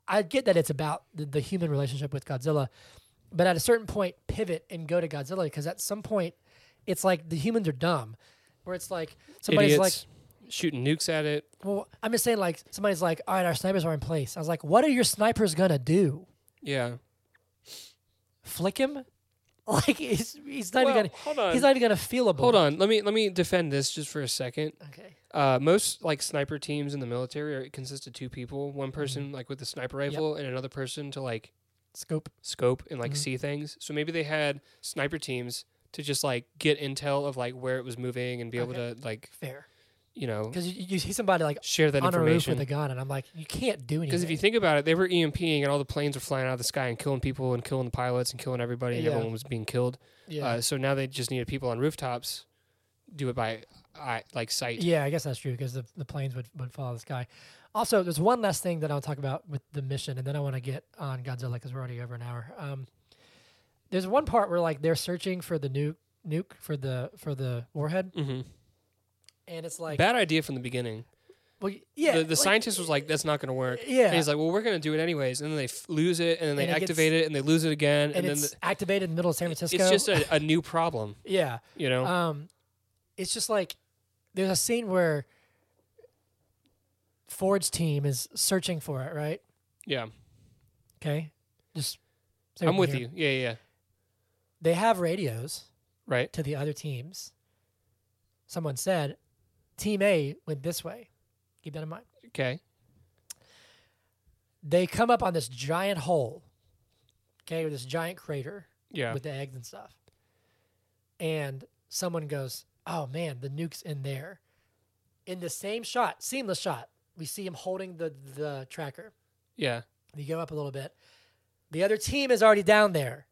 I get that it's about the, the human relationship with Godzilla, but at a certain point, pivot and go to Godzilla because at some point, it's like the humans are dumb, where it's like somebody's like,
Idiots shooting nukes at it.
Well, I'm just saying, like, somebody's like, all right, our snipers are in place. I was like, what are your snipers going to do?
Yeah.
Flick him? Like, he's, he's not
Well,
even
hold
going
on.
to, he's not even going to feel a bullet.
Hold on. Let me let me defend this just for a second.
Okay.
Uh, most like sniper teams in the military are, consist of two people.
Mm-hmm.
One person like with the sniper rifle and another person to like
Scope.
scope and
Mm-hmm.
like see things. So maybe they had sniper teams to just like get intel of like where it was moving and be able to like
Fair.
you know
Because you, you see somebody, like,
share that
on a roof with a
information.
gun, and I'm like, you can't do anything.
Because if you think about it, they were EMPing and all the planes were flying out of the sky and killing people and killing the pilots and killing everybody and
Yeah.
everyone was being killed.
yeah.
Uh, so now they just needed people on rooftops, do it by eye, like sight.
yeah, I guess that's true because the, the planes would, would fall out of the sky. Also, there's one last thing that I'll talk about with the mission, and then I want to get on Godzilla because we're already over an hour. Um, there's one part where, like, they're searching for the nuke, nuke for the for the warhead,
hmm
and it's like,
Bad idea from the beginning.
well, yeah,
the, the
like-
scientist was like, "That's not going to work."
Yeah.
and he's like, "Well, we're going to do it anyways." And then they f- lose it, and then they
And it gets-
activate it, and they lose it again, and,
and,
then
it's
the,
activated in the middle of San Francisco.
it's just a, a new problem,
yeah.
you know?
Um, it's just like there's a scene where Ford's team is searching for it, right?
yeah,
Okay, just so
I'm
we
with
can hear.
you. Yeah, yeah, yeah.
They have radios
right.
to the other teams. Someone said, "Team A went this way." Keep that in mind.
Okay,
they come up on this giant hole, okay, or this giant crater
Yeah.
with the eggs and stuff. And someone goes, "Oh man, the nuke's in there." In the same shot, seamless shot, we see him holding the the tracker.
yeah.
You go up a little bit. The other team is already down there.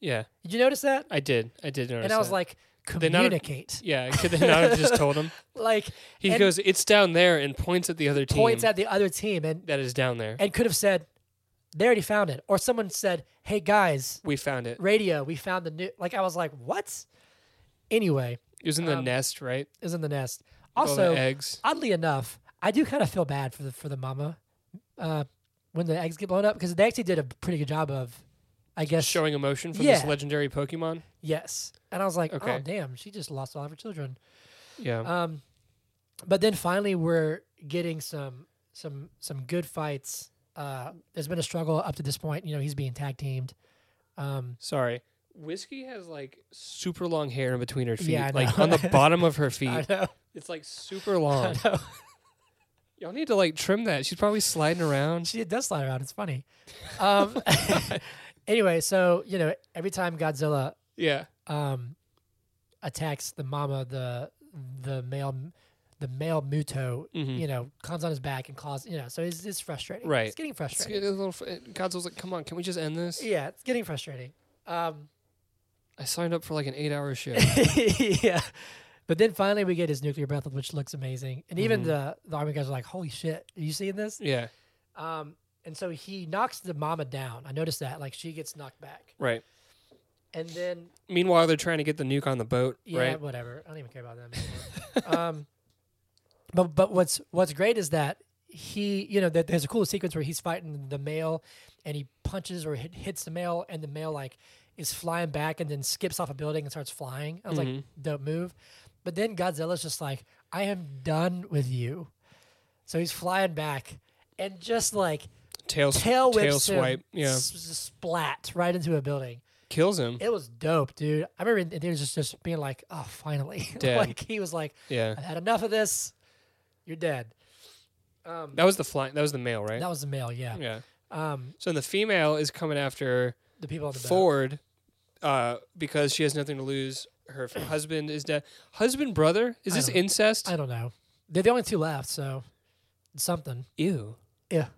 Yeah.
Did you notice that?
I did. I did notice.
and I was
that.
like,
they not-
communicate.
yeah. Could they not have just told him?
Like
He
And-
goes, it's down there, and points at the other team
points at the other team and
that is down there.
and could have said, "They already found it," or someone said, "Hey guys,
we found it.
radio, we found the new." Like I was like, "What?" Anyway,
It was in the
Um,
nest, right?
is in the nest.
With all the
Also,
eggs.
oddly enough, I do kind of feel bad for the for the mama uh, when the eggs get blown up because they actually did a pretty good job of, I guess,
Showing emotion from this
Yeah.
legendary Pokemon.
yes. And I was like, "Oh
Okay.
damn, she just lost all of her children."
Yeah.
Um, but then finally, we're getting some some some good fights. Uh, there's been a struggle up to this point. You know, he's being tag teamed. Um,
Sorry. Whiskey has like super long hair in between her feet,
Yeah, I
like
know.
on the bottom of her
I
feet.
know,
It's like super
I
long.
know.
Y'all need to like trim that. She's probably sliding around.
She does slide around. It's funny. Um, anyway, so you know, every time Godzilla
Yeah.
um, attacks the mama, the the male, the male Muto,
Mhm.
you know, comes on his back and claws. You know, so it's, it's frustrating.
Right.
it's getting
It's
frustrating.
getting a little. fr- Godzilla's like, come on, can we just end this?
Yeah, it's getting frustrating. Um,
I signed up for like an eight-hour show.
yeah. But then finally we get his nuclear breath, which looks amazing. And even the, the army guys are like, holy shit, are you seeing this?
yeah.
Um, and so he knocks the mama down. I noticed that. Like she gets knocked back.
Right.
And then,
Meanwhile, they're trying to get the nuke on the boat.
yeah,
Right.
whatever. I don't even care about them. anymore. um, but but what's what's great is that he, you know, that there's a cool sequence where he's fighting the male and he punches or hit, hits the male and the male like is flying back and then skips off a building and starts flying. I was like,
Mhm.
dope move. But then Godzilla's just like, I am done with you. So he's flying back and just like
Tail. s-
tail whips
Tail
him,
swipe. Yeah.
s- s- splat right into a building.
Kills him.
It was dope, dude. I remember in in theaters just, just being like, oh, finally.
Dead.
like he was like,
Yeah.
I've had enough of this. You're dead. Um,
That was the flying. That was the male, right?
that was the male, yeah.
Yeah.
Um,
So the female is coming after
the people on the boat.
Ford uh, because she has nothing to lose. Her f- husband is dead. Husband, brother? Is
I
this
don't-
incest?
I don't know. They're the only two left, so something.
Ew.
Yeah.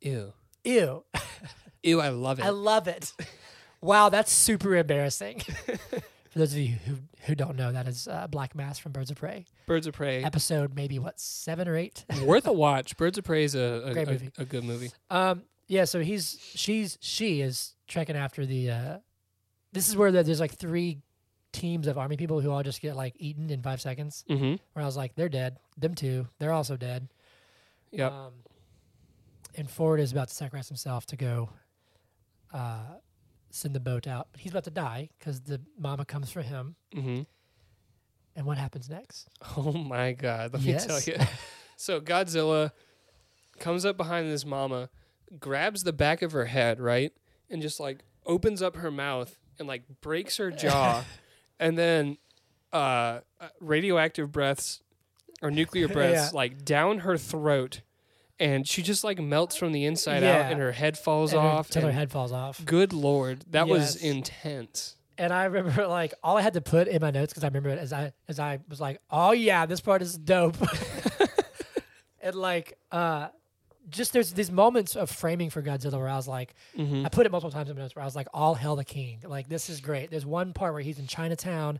Ew.
Ew.
Ew, I love it.
I love it. Wow, that's super embarrassing. For those of you who, who don't know, that is uh, Black Mass from Birds of Prey.
Birds of Prey.
Episode maybe, what, seven or eight?
Worth a watch. Birds of Prey is a, a,
Great
a-
movie.
a good movie.
Um, yeah, so he's she's she is trekking after the uh this is where the, there's like three teams of army people who all just get like eaten in five seconds.
Mm-hmm.
Where I was like, they're dead. Them two, they're also dead.
Yep.
Um and Ford is about to sacrifice himself to go uh send the boat out. But he's about to die because the mama comes for him.
Mm-hmm.
And what happens next?
Oh my God. Let me
Yes.
tell you. So Godzilla comes up behind this mama, grabs the back of her head, right? And just like opens up her mouth and like breaks her jaw. and then uh, uh, radioactive breaths or nuclear breaths
Yeah.
like down her throat. And she just like melts from the inside
Yeah.
out and her head falls
And her-
off.
till her
and
head falls off.
Good Lord. That was
Yes.
intense.
And I remember like all I had to put in my notes because I remember it as I as I was like, oh yeah, this part is dope. and like uh just there's these moments of framing for Godzilla where I was like, I put it multiple times in my notes where I was like, all hell the king. Like this is great. There's one part where he's in Chinatown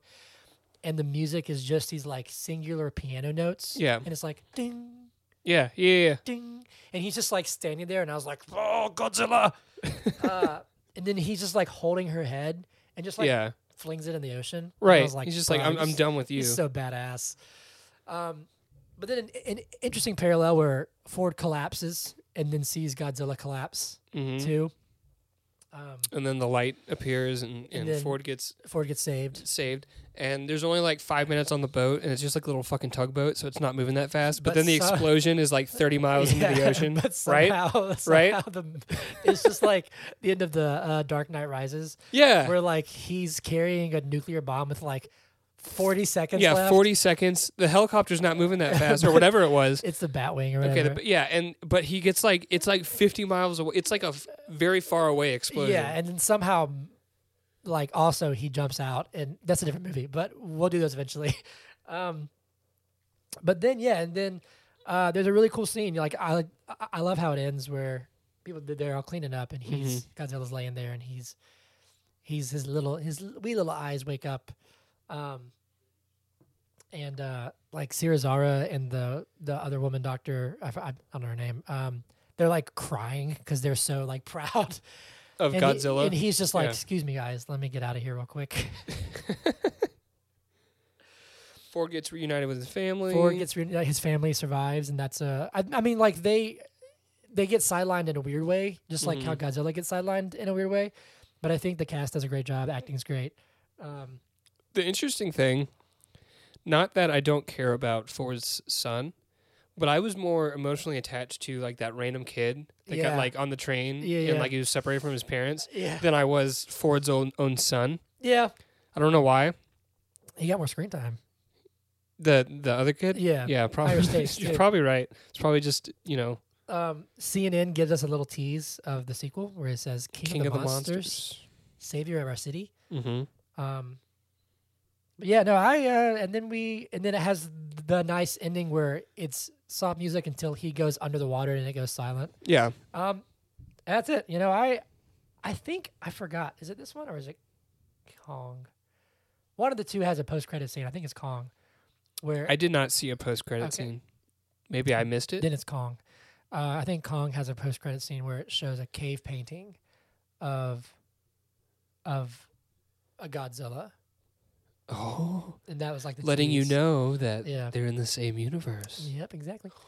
and the music is just these like singular piano notes.
Yeah.
And it's like ding,
Yeah. Yeah. Yeah.
ding. And he's just like standing there and I was like, Oh Godzilla uh, and then he's just like holding her head and just like
yeah.
flings it in the ocean. And I
Right.
was
He's just
"Bro,
like, I'm, I'm done with you.
He's so badass. Um, but then an, an interesting parallel where Ford collapses and then sees Godzilla collapse
Mhm.
too. Um,
and then the light appears and, and,
then-
Ford gets
Ford gets saved.
saved and there's only like five minutes on the boat and it's just like a little fucking tugboat so it's not moving that fast but,
But
then the
so-
explosion is like 30 miles into the
Yeah,
ocean
but
right
somehow,
Right?
somehow the- it's just like the end of the uh, Dark Knight Rises,
yeah
where like he's carrying a nuclear bomb with like forty seconds.
yeah,
left.
40 seconds. The helicopter's not moving that fast or whatever it was.
It's the Batwing or
Okay,
whatever.
the, yeah, and but he gets like it's like 50 miles away. It's like a f- very far away explosion.
yeah, and then somehow, like, also he jumps out, and that's a different movie, but we'll do those eventually. Um, but then yeah, and then uh, there's a really cool scene. Like I, I- I love how it ends where people they're all cleaning up, and he's Godzilla's laying there, and he's he's his little his wee little eyes wake up, um, and uh, like Sirazara and the the other woman doctor, I, f- I don't know her name. Um, they're like crying because they're so like proud
of
and he-
Godzilla.
and he's just like,
Yeah.
"Excuse me, guys, let me get out of here real quick."
Ford gets reunited with his family.
Ford gets re- like, his family survives, and that's a. I, I mean, like they they get sidelined in a weird way, just like how
Mm-hmm.
Godzilla gets sidelined in a weird way. But I think the cast does a great job. Acting's great. Um,
the interesting thing, not that I don't care about Ford's son, but I was more emotionally attached to like that random kid that
Yeah.
got like on the train
Yeah, yeah.
and like he was separated from his parents
yeah,
than I was Ford's own own son.
yeah.
I don't know why.
He got more screen time.
The the other kid?
Yeah.
Yeah, probably.
Irish taste,
You're
too.
probably right. It's probably just, you know,
Um, CNN gives us a little tease of the sequel where it says, "King,
King
of, the, monsters,
Monsters.
savior of our city."
hmm
Um, but yeah, no, I uh, and then we and then it has the nice ending where it's soft music until he goes under the water and it goes silent.
Yeah.
Um, that's it. You know, I I think I forgot. Is it this one or is it Kong? One of the two has a post credit scene. I think it's Kong. Where
I did not see a post credit
Okay.
scene. Maybe I missed it.
then it's Kong. Uh, I think Kong has a post credit scene where it shows a cave painting of of a Godzilla,
Oh,
and that was like the
letting you
tease.
know that
Yeah.
they're in the same universe.
Yep, exactly.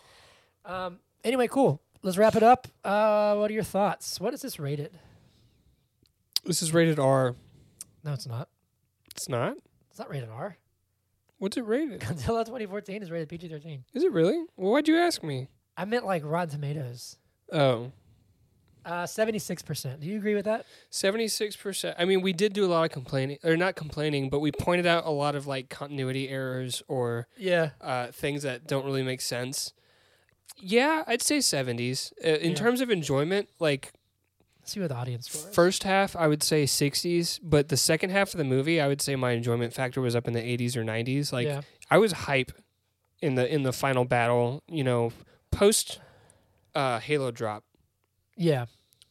Um, anyway, cool. Let's wrap it up. Uh, what are your thoughts? What is this rated?
This is rated R.
No, it's not.
It's not.
It's not rated R.
What's it rated?
Godzilla 2014 is rated PG 13.
Is it really? Well, why'd you ask me?
I meant like Rotten Tomatoes.
Oh,
Uh, 76%. Do you agree with that?
76%. I mean, we did do a lot of complaining, or not complaining, but we pointed out a lot of like continuity errors or
Yeah.
uh, things that don't really make sense. Yeah, I'd say 70s. Uh, in
Yeah.
terms of enjoyment, like
Let's see what the audience scores.
first half, I would say 60s, but the second half of the movie, I would say my enjoyment factor was up in the 80s or 90s. Like,
yeah.
I was hype in the in the final battle, you know, post uh, Halo drop.
Yeah.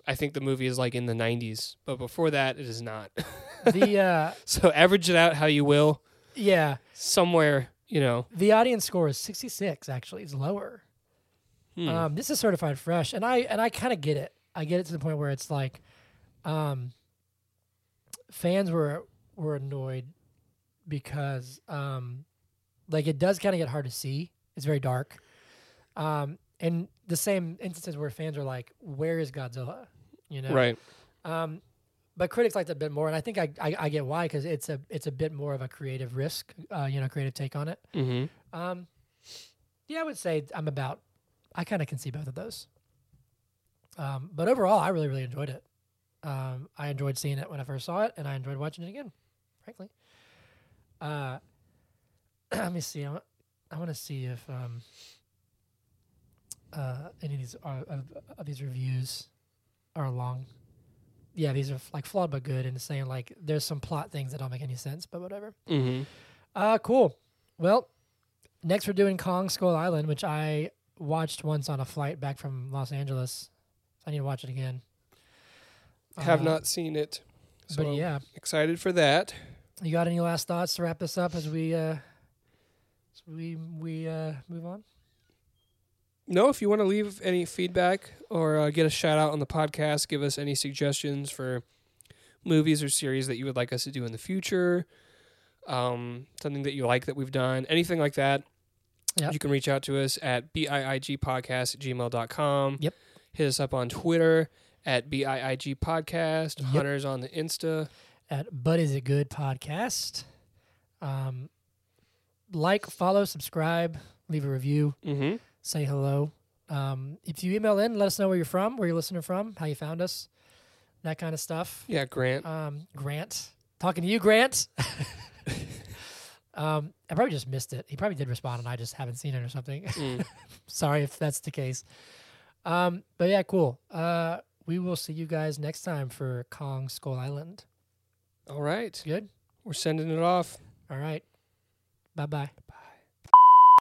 I think the movie is like in the 90s, but before that, it is not.
The, uh,
so average it out how you will.
yeah.
Somewhere, you know.
The audience score is 66, actually. It's lower.
Hmm.
Um, this is certified fresh, and I and I kind of get it. I get it to the point where it's like, um, fans were were annoyed because um, like it does kind of get hard to see. It's very dark, um, and the same instances where fans are like, "Where is Godzilla?" You know,
Right.
Um, but critics liked it a bit more, and I think I I, I get why because it's a it's a bit more of a creative risk, uh, you know, creative take on it.
Mm-hmm.
Um, yeah, I would say I'm about. I kind of can see both of those. Um, but overall, I really, really enjoyed it. Um, I enjoyed seeing it when I first saw it, and I enjoyed watching it again. Frankly, uh, let me see. I, wa- I want to see if um, uh, any of these are of, of these reviews are long. Yeah, these are like flawed but good, and saying like there's some plot things that don't make any sense, but whatever.
Mm-hmm.
Uh, cool. Well, next we're doing Kong Skull Island, which I watched once on a flight back from Los Angeles. So I need to watch it again.
Have
Uh,
not seen it. So
but yeah,
excited for that.
you got any last thoughts to wrap this up as we uh, as we we uh, move on?
No, if you want to leave any feedback or uh, get a shout out on the podcast, give us any suggestions for movies or series that you would like us to do in the future, um, something that you like that we've done, anything like that,
Yep.
you can reach out to us at biigpodcast at gmail.com.
Yep.
Hit us up on Twitter at biigpodcast. podcast.
Yep.
Hunter's on the Insta.
At But Is It Good podcast. Um, like, follow, subscribe, leave a review.
Mm-hmm.
say hello. Um, if you email in, let us know where you're from, where you're listening from, how you found us, that kind of stuff.
Yeah, Grant.
Um, Grant, talking to you, Grant. Um, I probably just missed it. He probably did respond, and I just haven't seen it or something. Sorry if that's the case. Um, but yeah, cool. Uh, we will see you guys next time for Kong Skull Island.
All right.
Good.
We're sending it off.
All right. Bye bye.